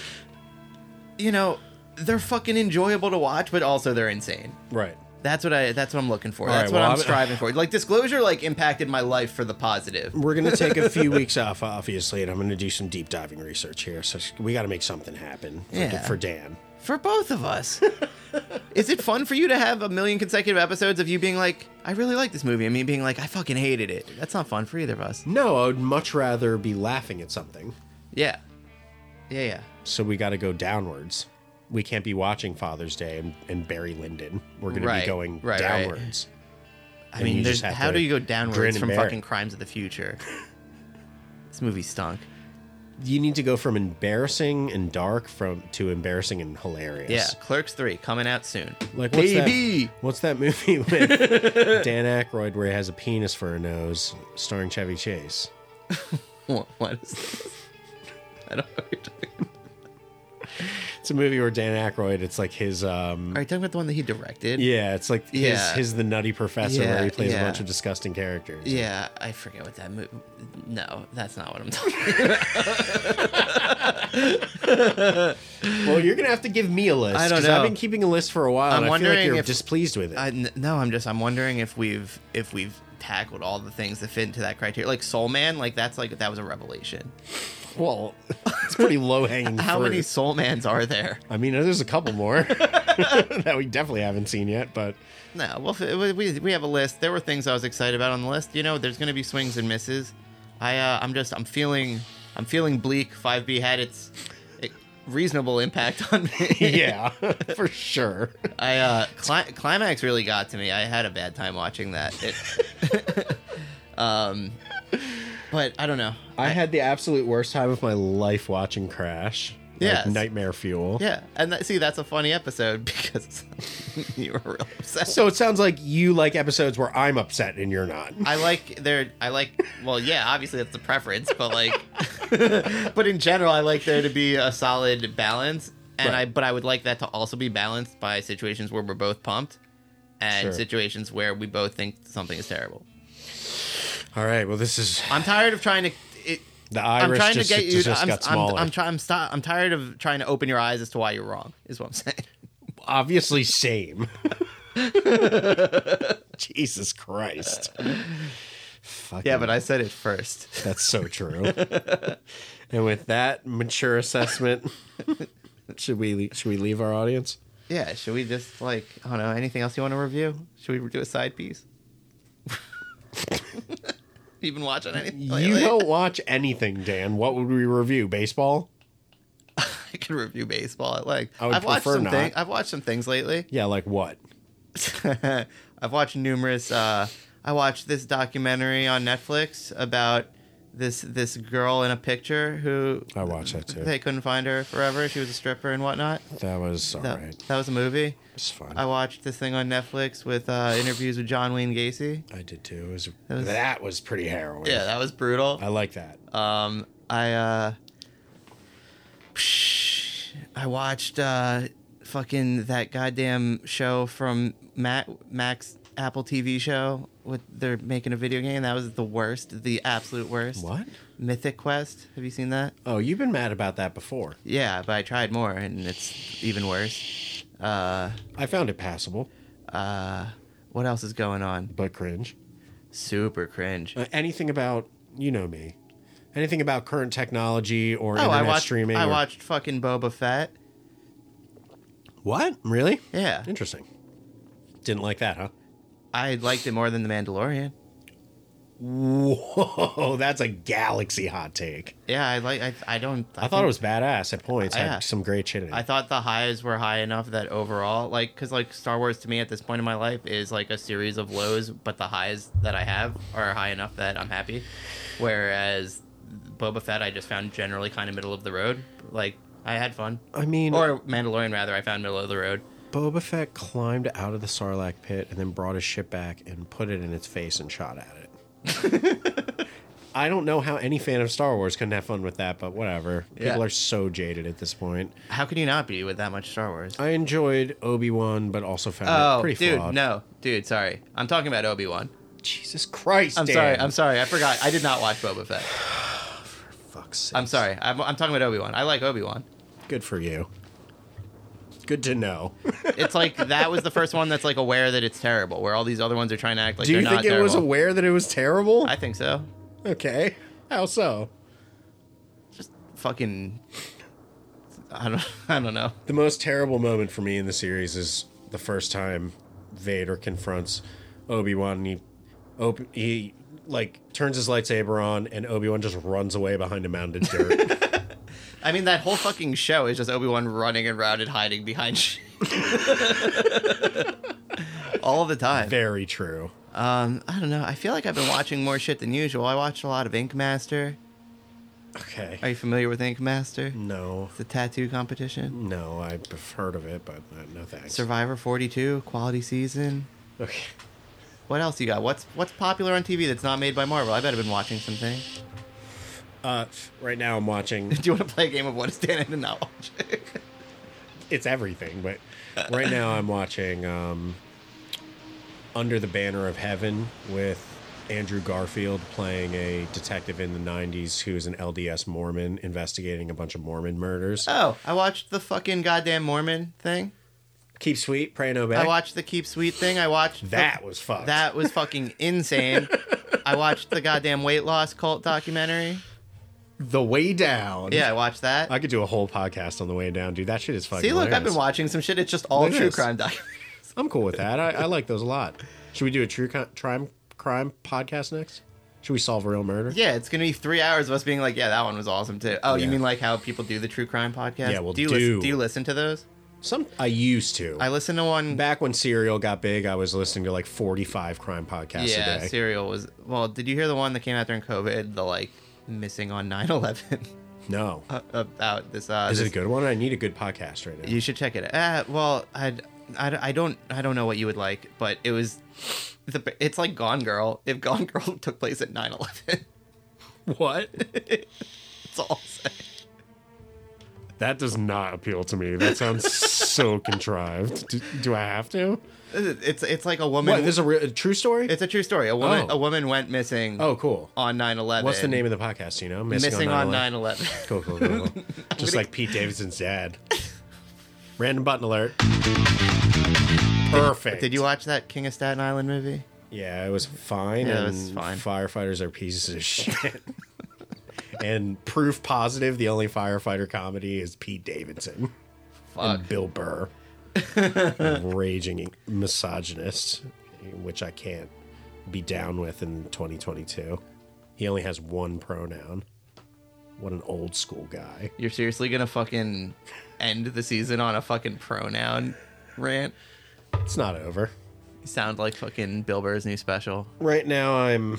C: you know, they're fucking enjoyable to watch, but also they're insane.
B: right.
C: That's what I that's what I'm looking for.
B: All
C: that's
B: right,
C: what
B: well,
C: I'm
B: I'm-
C: striving for. Like disclosure like impacted my life for the positive.
B: We're going to take a few weeks off, obviously, and I'm going to do some deep diving research here. So we got to make something happen for,
C: Yeah.
B: for Dan.
C: For both of us. Is it fun for you to have a million consecutive episodes of you being like, I really like this movie, and me being like, I fucking hated it. That's not fun for either of us.
B: No, I would much rather be laughing at something.
C: Yeah. Yeah, yeah.
B: So we got to go downwards. We can't be watching Father's Day and, and Barry Lyndon. We're going to
C: Right,
B: be going
C: right, right.
B: downwards.
C: I
B: And
C: mean,
B: you
C: there's,
B: just have
C: how do
B: to
C: you go
B: grin
C: downwards
B: and
C: from
B: bear it.
C: fucking Crimes of the Future? this movie stunk.
B: You need to go from embarrassing and dark from to embarrassing and hilarious.
C: Yeah, Clerks 3 coming out soon.
B: Like what's
C: Baby!
B: That, what's that movie with Dan Aykroyd where he has a penis for a nose, starring Chevy Chase?
C: What, what is this? I don't know what you're talking about.
B: It's a movie where Dan Aykroyd. It's like his um.
C: Are you talking about the one that he directed?
B: Yeah, it's like his
C: Yeah.
B: his the Nutty Professor
C: Yeah,
B: where he plays
C: yeah.
B: a bunch of disgusting characters.
C: Yeah, I forget what that movie. No, that's not what I'm talking.
B: Well, you're gonna have to give me a list.
C: I don't
B: 'cause
C: know.
B: I've been keeping a list for a while.
C: I'm
B: and I feel
C: wondering
B: like you're
C: if-
B: displeased with it.
C: I, n- no, I'm just I'm wondering if we've if we've tackled all the things that fit into that criteria. Like Soul Man, like that's like that was a revelation.
B: well, it's pretty low hanging.
C: How many Soul Mans are there?
B: I mean, there's a couple more that we definitely haven't seen yet, but
C: No, well, f- we- we, we have a list. There were things I was excited about on the list. You know, there's going to be swings and misses. I uh, I'm just I'm feeling I'm feeling bleak. 5B had its eh, reasonable impact on me.
B: yeah, for sure.
C: I uh, cli- climax really got to me. I had a bad time watching that. It, um, but I don't know.
B: I had the absolute worst time of my life watching Crash. Like,
C: Yes.
B: nightmare fuel.
C: Yeah, and that, see, that's a funny episode because you were real upset.
B: So it sounds like you like episodes where I'm upset and you're not.
C: I like there. I like. Well, yeah, obviously that's the preference, but like, but in general, I like there to be a solid balance, and I.
B: Right.
C: But I would like that to also be balanced by situations where we're both pumped, and
B: Sure.
C: situations where we both think something is terrible.
B: All right. Well, this is
C: I'm tired of trying to. It,
B: the
C: I'm
B: iris
C: trying
B: just,
C: to get you.
B: just
C: I'm,
B: got
C: I'm,
B: smaller.
C: I'm, try, I'm, sti- I'm tired of trying to open your eyes as to why you're wrong. Is what I'm saying.
B: Obviously, same. Jesus Christ. Fucking-
C: Yeah, but I said it first.
B: That's so true. and with that mature assessment, should we should we leave our audience?
C: Yeah, should we just like I don't know anything else you want to review? Should we do a side piece? you been watching anything?
B: You
C: lately?
B: don't watch anything, Dan. What would we review? Baseball?
C: I can review baseball. I like
B: I would
C: I've watched
B: prefer
C: some
B: not.
C: things. I've watched some things lately.
B: Yeah, like what?
C: I've watched numerous. Uh, I watched this documentary on Netflix about this this girl in a picture who
B: I watched that too.
C: they couldn't find her forever. She was a stripper and whatnot.
B: That was all right.
C: That, that was a movie.
B: It's fun.
C: I watched this thing on Netflix with uh, interviews with John Wayne Gacy.
B: I did too. It was,
C: was-
B: that was pretty harrowing.
C: Yeah, that was brutal.
B: I like that.
C: Um, I uh, I watched uh, fucking that goddamn show from Mac Max Apple TV show with they're making a video game. That was the worst, the absolute worst.
B: what?
C: Mythic Quest? Have you seen that?
B: Oh, you've been mad about that before.
C: Yeah, but I tried more and it's even worse. Uh,
B: I found it passable,
C: uh, what else is going on?
B: but cringe.
C: Super cringe.
B: Uh, anything about you know me. Anything about current technology or
C: Oh,
B: internet
C: I watched.
B: streaming?
C: I
B: or-
C: watched fucking Boba Fett.
B: What? Really?
C: Yeah,
B: Interesting. Didn't like that, huh?
C: I liked it more than The Mandalorian.
B: Whoa, that's a galaxy hot take.
C: Yeah, I like. I, I don't.
B: I, thought
C: think-
B: it was badass at points.
C: Yeah.
B: Had some great shit in it.
C: I thought the highs were high enough that overall, like, because like Star Wars to me at this point in my life is like a series of lows, but the highs that I have are high enough that I'm happy. Whereas Boba Fett, I just found generally kind of middle of the road. Like, I had fun.
B: I mean,
C: Or Mandalorian, rather, I found middle of the road.
B: Boba Fett climbed out of the Sarlacc pit and then brought his ship back and put it in its face and shot at it. I don't know how any fan of Star Wars couldn't have fun with that, but whatever.
C: Yeah.
B: People are so jaded at this point.
C: How can you not be with that much Star Wars?
B: I enjoyed Obi Wan, but also found it
C: Oh,
B: pretty
C: dude,
B: flawed.
C: no, dude, sorry. I'm talking about Obi Wan.
B: Jesus Christ!
C: I'm
B: Dan.
C: sorry. I'm sorry. I forgot. I did not watch Boba Fett.
B: Fuck's sake.
C: I'm sorry. I'm, I'm talking about Obi Wan. I like Obi Wan.
B: Good for you. Good to know.
C: It's like that was the first one that's like aware that it's terrible, where all these other ones are trying to act like
B: Do
C: they're
B: you
C: not
B: think it was
C: terrible.
B: aware that it was terrible?
C: I think so.
B: Okay. How so?
C: Just fucking. I don't. I don't know.
B: The most terrible moment for me in the series is the first time Vader confronts Obi Wan. He, op- he like turns his lightsaber on, and Obi Wan just runs away behind a mound of dirt.
C: I mean, that whole fucking show is just Obi Wan running around and hiding behind shit. all the time.
B: Very true.
C: Um, I don't know. I feel like I've been watching more shit than usual. I watched a lot of Ink Master. Are
B: Okay.
C: you familiar with Ink Master?
B: Mm. No,
C: The tattoo competition.
B: no, I've heard of it, but no, no thanks.
C: Survivor 42, quality season.
B: Okay.
C: What else you got? What's what's popular on TV that's not made by Marvel? I bet I've been watching something.
B: Uh, right now, I'm watching.
C: Do you want to play a game of what is Dan and not watch?
B: It's everything, but right now I'm watching um, Under the Banner of Heaven with Andrew Garfield playing a detective in the '90s who is an LDS Mormon investigating a bunch of Mormon murders.
C: oh, I watched the fucking goddamn Mormon thing.
B: Keep sweet, pray no back.
C: I watched the Keep Sweet thing. I watched
B: that was fucked.
C: that was fucking insane. I watched the goddamn weight loss cult documentary.
B: the way down.
C: Yeah, I watched that.
B: I could do a whole podcast on the way down, dude. That shit is fucking.
C: See, look, I've
B: hilarious.
C: been watching some shit. It's just all
B: It
C: true
B: is.
C: crime documentaries.
B: I'm cool with that. I, I like those a lot. Should we do a true co- crime crime podcast next? Should we solve real murder?
C: Yeah, it's gonna be three hours of us being like, yeah, that one was awesome too. Oh,
B: Yeah.
C: you mean like how people do the true crime podcast?
B: Yeah, well,
C: do you
B: do.
C: Listen, do you listen to those?
B: Some I used to.
C: I listen to one.
B: Back when Serial got big, I was listening to like 45 crime podcasts
C: yeah,
B: a day.
C: Serial was. Well, did you hear the one that came out during COVID? The like missing on 9-11
B: no.
C: about this. Uh,
B: is it
C: this,
B: a good one? I need a good podcast right now.
C: You should check it. Uh, well, I'd, I I don't I don't know what you would like, but it was. The, it's like Gone Girl. If Gone Girl took place at 9-11.
B: what?
C: That's all. I'll say.
B: That does not appeal to me. That sounds so contrived. Do, do I have to?
C: It's it's like a
B: What?
C: woman.
B: This is a, real, a true story?
C: it's a true story. A woman
B: Oh.
C: a woman went missing.
B: oh, cool.
C: on 9-11
B: What's the name of the podcast? do You know,
C: missing, on
B: 9/11?
C: 9-11
B: Cool, cool, cool. cool. Just like Pete Davidson's dad. Random button alert. Perfect.
C: did you watch that king of staten island movie
B: Yeah, it was fine.
C: Yeah,
B: and
C: it was fine.
B: Firefighters are pieces of shit. and proof positive, the only firefighter comedy is Pete Davidson
C: fuck
B: and Bill Burr, raging misogynist, which I can't be down with in 2022. He only has one pronoun. What an old school guy.
C: you're seriously gonna fucking end the season on a fucking pronoun rant
B: It's not over.
C: you sound like fucking bill burr's new special
B: Right now, I'm.
C: uh,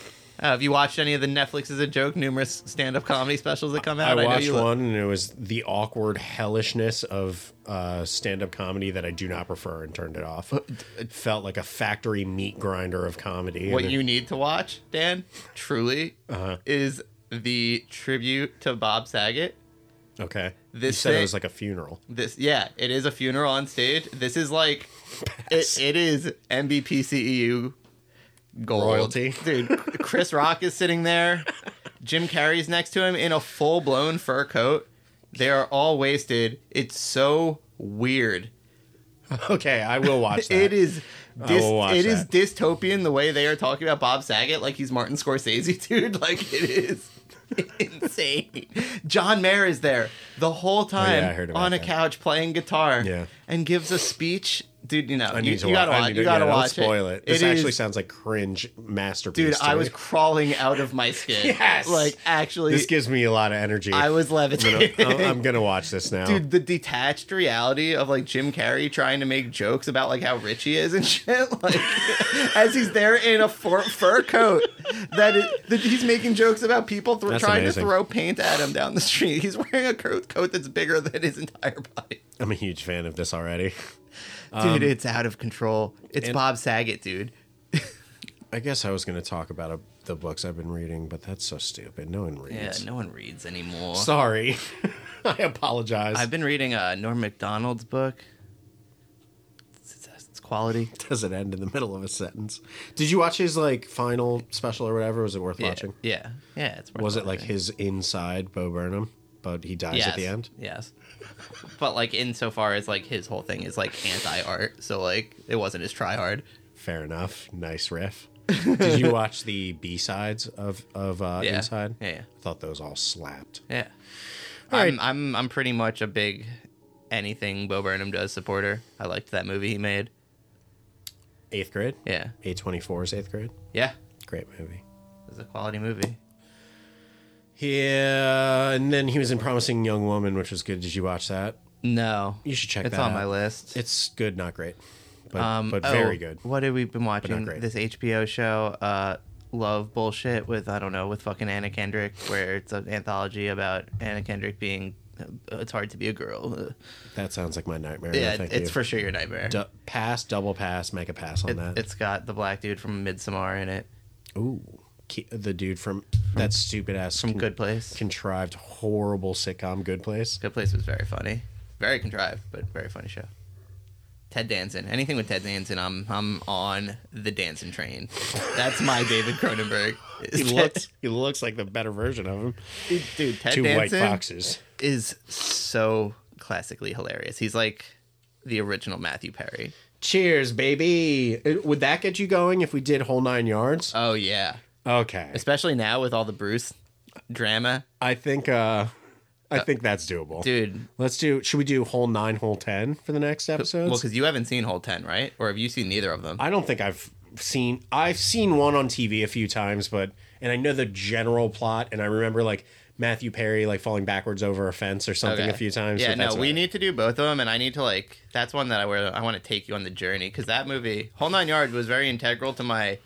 C: have you watched any of the netflix is a joke numerous stand-up comedy specials that come out
B: I
C: know
B: watched
C: you lo-
B: one, and it was the awkward hellishness of uh, stand-up comedy that I do not prefer, and turned it off. It felt like a factory meat grinder of comedy.
C: what
B: and
C: you need to watch dan truly
B: Uh-huh.
C: is the tribute to bob saget
B: it- okay? you
C: this
B: said it
C: thing-
B: was like a funeral.
C: This yeah, it is a funeral on stage. This is like it, it is MBPCEU E gold.
B: Royalty.
C: Dude, Chris Rock is sitting there. Jim Carrey's next to him in a full-blown fur coat. They are all wasted. It's so weird.
B: Okay, I will watch that.
C: It is
B: I
C: dis-
B: will watch
C: it is
B: that.
C: dystopian the way they are talking about Bob Saget like he's Martin Scorsese, dude. Like it is insane. John Mayer is there the whole time
B: Oh, I heard about
C: on a
B: that.
C: couch playing guitar
B: Yeah.
C: and gives a speech. Dude, you know,
B: I
C: you,
B: need to
C: you
B: watch.
C: gotta
B: I
C: watch,
B: need
C: you
B: to-
C: gotta
B: yeah, don't
C: watch
B: spoil it.
C: it.
B: This
C: It
B: actually
C: is-
B: sounds like cringe masterpiece.
C: dude,
B: to
C: I
B: me.
C: was crawling out of my skin.
B: Yes!
C: Like actually
B: This gives me a lot of energy.
C: I was
B: I'm
C: levitating.
B: gonna, I'm gonna watch this now.
C: Dude, the detached reality of like Jim Carrey trying to make jokes about like how rich he is and shit, like as he's there in a fur, fur coat that is that he's making jokes about people thro-
B: That's
C: trying
B: amazing.
C: to throw paint at him down the street. He's wearing a coat, coat that's bigger than his entire body.
B: I'm a huge fan of this already.
C: dude, it's out of control. It's
B: Um, and-
C: Bob Saget, dude.
B: I guess I was gonna talk about a, the books I've been reading, but that's so stupid. No one
C: Yeah,
B: reads.
C: no one reads anymore.
B: Sorry. I apologize.
C: I've been reading uh, Norm McDonald's book. It's, it's, it's quality.
B: Does it end in the middle of a sentence? Did you watch his like final special or whatever? Was it worth watching?
C: Yeah, yeah, yeah it's worth
B: Was it like
C: watching.
B: his inside Bo Burnham, but he dies at the
C: Yes,
B: end?
C: Yes. But like insofar as like his whole thing is like anti art, so like it wasn't his try hard.
B: Fair enough. Nice riff. Did you watch the B sides of of uh,
C: Yeah.
B: Inside?
C: Yeah, yeah.
B: I thought those all slapped.
C: Yeah.
B: All
C: I'm I'm I'm pretty much a big anything Bo Burnham does supporter. I liked that movie he made.
B: Eighth grade.
C: Yeah.
B: A twenty four is eighth grade.
C: Yeah.
B: Great movie.
C: It was a quality movie.
B: Yeah, and then he was in Promising Young Woman, which was good. Did you watch that?
C: No.
B: You should check
C: It's
B: that
C: on my
B: out.
C: list.
B: It's good, not great, but
C: um
B: but
C: oh,
B: very good.
C: What have we been watching?
B: great.
C: This HBO show, uh Love Bullshit with I don't know, with fucking Anna Kendrick, where it's an anthology about Anna Kendrick being uh, it's hard to be a girl. Uh,
B: That sounds like my nightmare.
C: Yeah,
B: no, thank
C: it's
B: you.
C: for sure your nightmare.
B: Du- pass, double pass, make a pass on
C: It,
B: that.
C: has got the black dude from Midsommar in it.
B: Ooh, ki- the dude from that stupid ass
H: From Good Place.
B: contrived horrible sitcom Good Place.
H: Good Place was very funny, very contrived, but very funny show. Ted Danson, anything with Ted Danson, I'm I'm on the Danson train. That's my David Cronenberg.
B: He looks he looks like the better version of him.
H: dude. Ted
B: Two
H: Danson
B: white foxes.
H: is so classically hilarious. He's like the original Matthew Perry.
B: Cheers, baby. Uh, Would that get you going if we did whole nine yards?
H: Oh yeah,
B: Okay,
H: especially now with all the Bruce drama,
B: I think uh, I think that's doable,
H: dude.
B: Let's do. Should we do whole nine, whole ten for the next episodes?
H: Well, because you haven't seen Whole Ten, right? Or have you seen neither of them?
B: I don't think I've seen I've seen one on TV a few times, but and I know the general plot, and I remember like Matthew Perry like falling backwards over a fence or something
H: Okay.
B: a few times.
H: Yeah,
B: but
H: no,
B: that's
H: we
B: it.
H: need to do both of them, and I need to like. That's one that I where I want to take you on the journey because that movie, Whole Nine Yards, was very integral to my.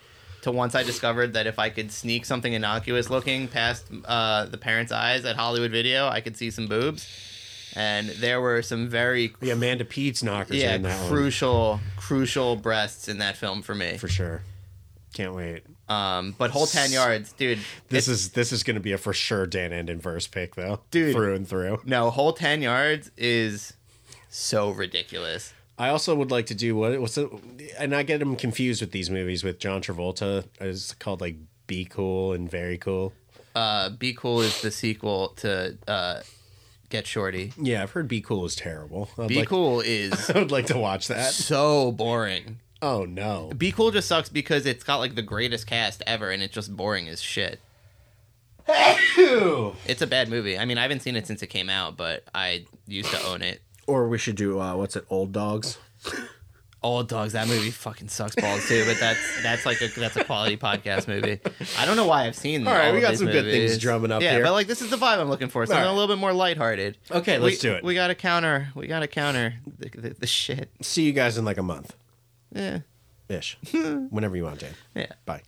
H: To once I discovered that if I could sneak something innocuous looking past uh, the parents' eyes at Hollywood Video, I could see some boobs, and there were some very
B: the Amanda Pete's knockers yeah,
H: yeah
B: in that one
H: crucial crucial breasts in that film for me.
B: for sure. Can't wait.
H: Um, but Whole Ten Yards, dude.
B: This
H: it's-
B: is this is going to be a for sure Dan and inverse pick though,
H: Dude.
B: through and through.
H: no Whole Ten Yards is so ridiculous.
B: I also would like to do what what's the, and I get them confused with these movies with John Travolta. It's called like Be Cool and Very Cool.
H: uh, Be Cool is the sequel to uh, Get Shorty.
B: Yeah, I've heard Be Cool is terrible. I'd
H: Be
B: like,
H: Cool is
B: I would like to watch that.
H: so boring.
B: Oh no.
H: Be Cool just sucks because it's got like the greatest cast ever and it's just boring as shit. It's a bad movie. I mean, I haven't seen it since it came out, but I used to own it.
B: Or we should do uh, what's it? Old dogs.
H: Old Dogs, that movie fucking sucks balls too, but that's that's like a that's a quality podcast movie. I don't know why I've seen.
B: All right, we
H: of
B: got
H: his
B: some good things
H: movies.
B: drumming up
H: yeah,
B: here.
H: but like this is the vibe I'm looking for, something
B: All
H: a
B: right.
H: little bit more lighthearted.
B: Okay, let's
H: we,
B: do it.
H: We got to counter. We got to counter the, the, the shit.
B: See you guys in like a month
H: Yeah.
B: ish. Whenever you want, Dan.
H: Yeah.
B: Bye.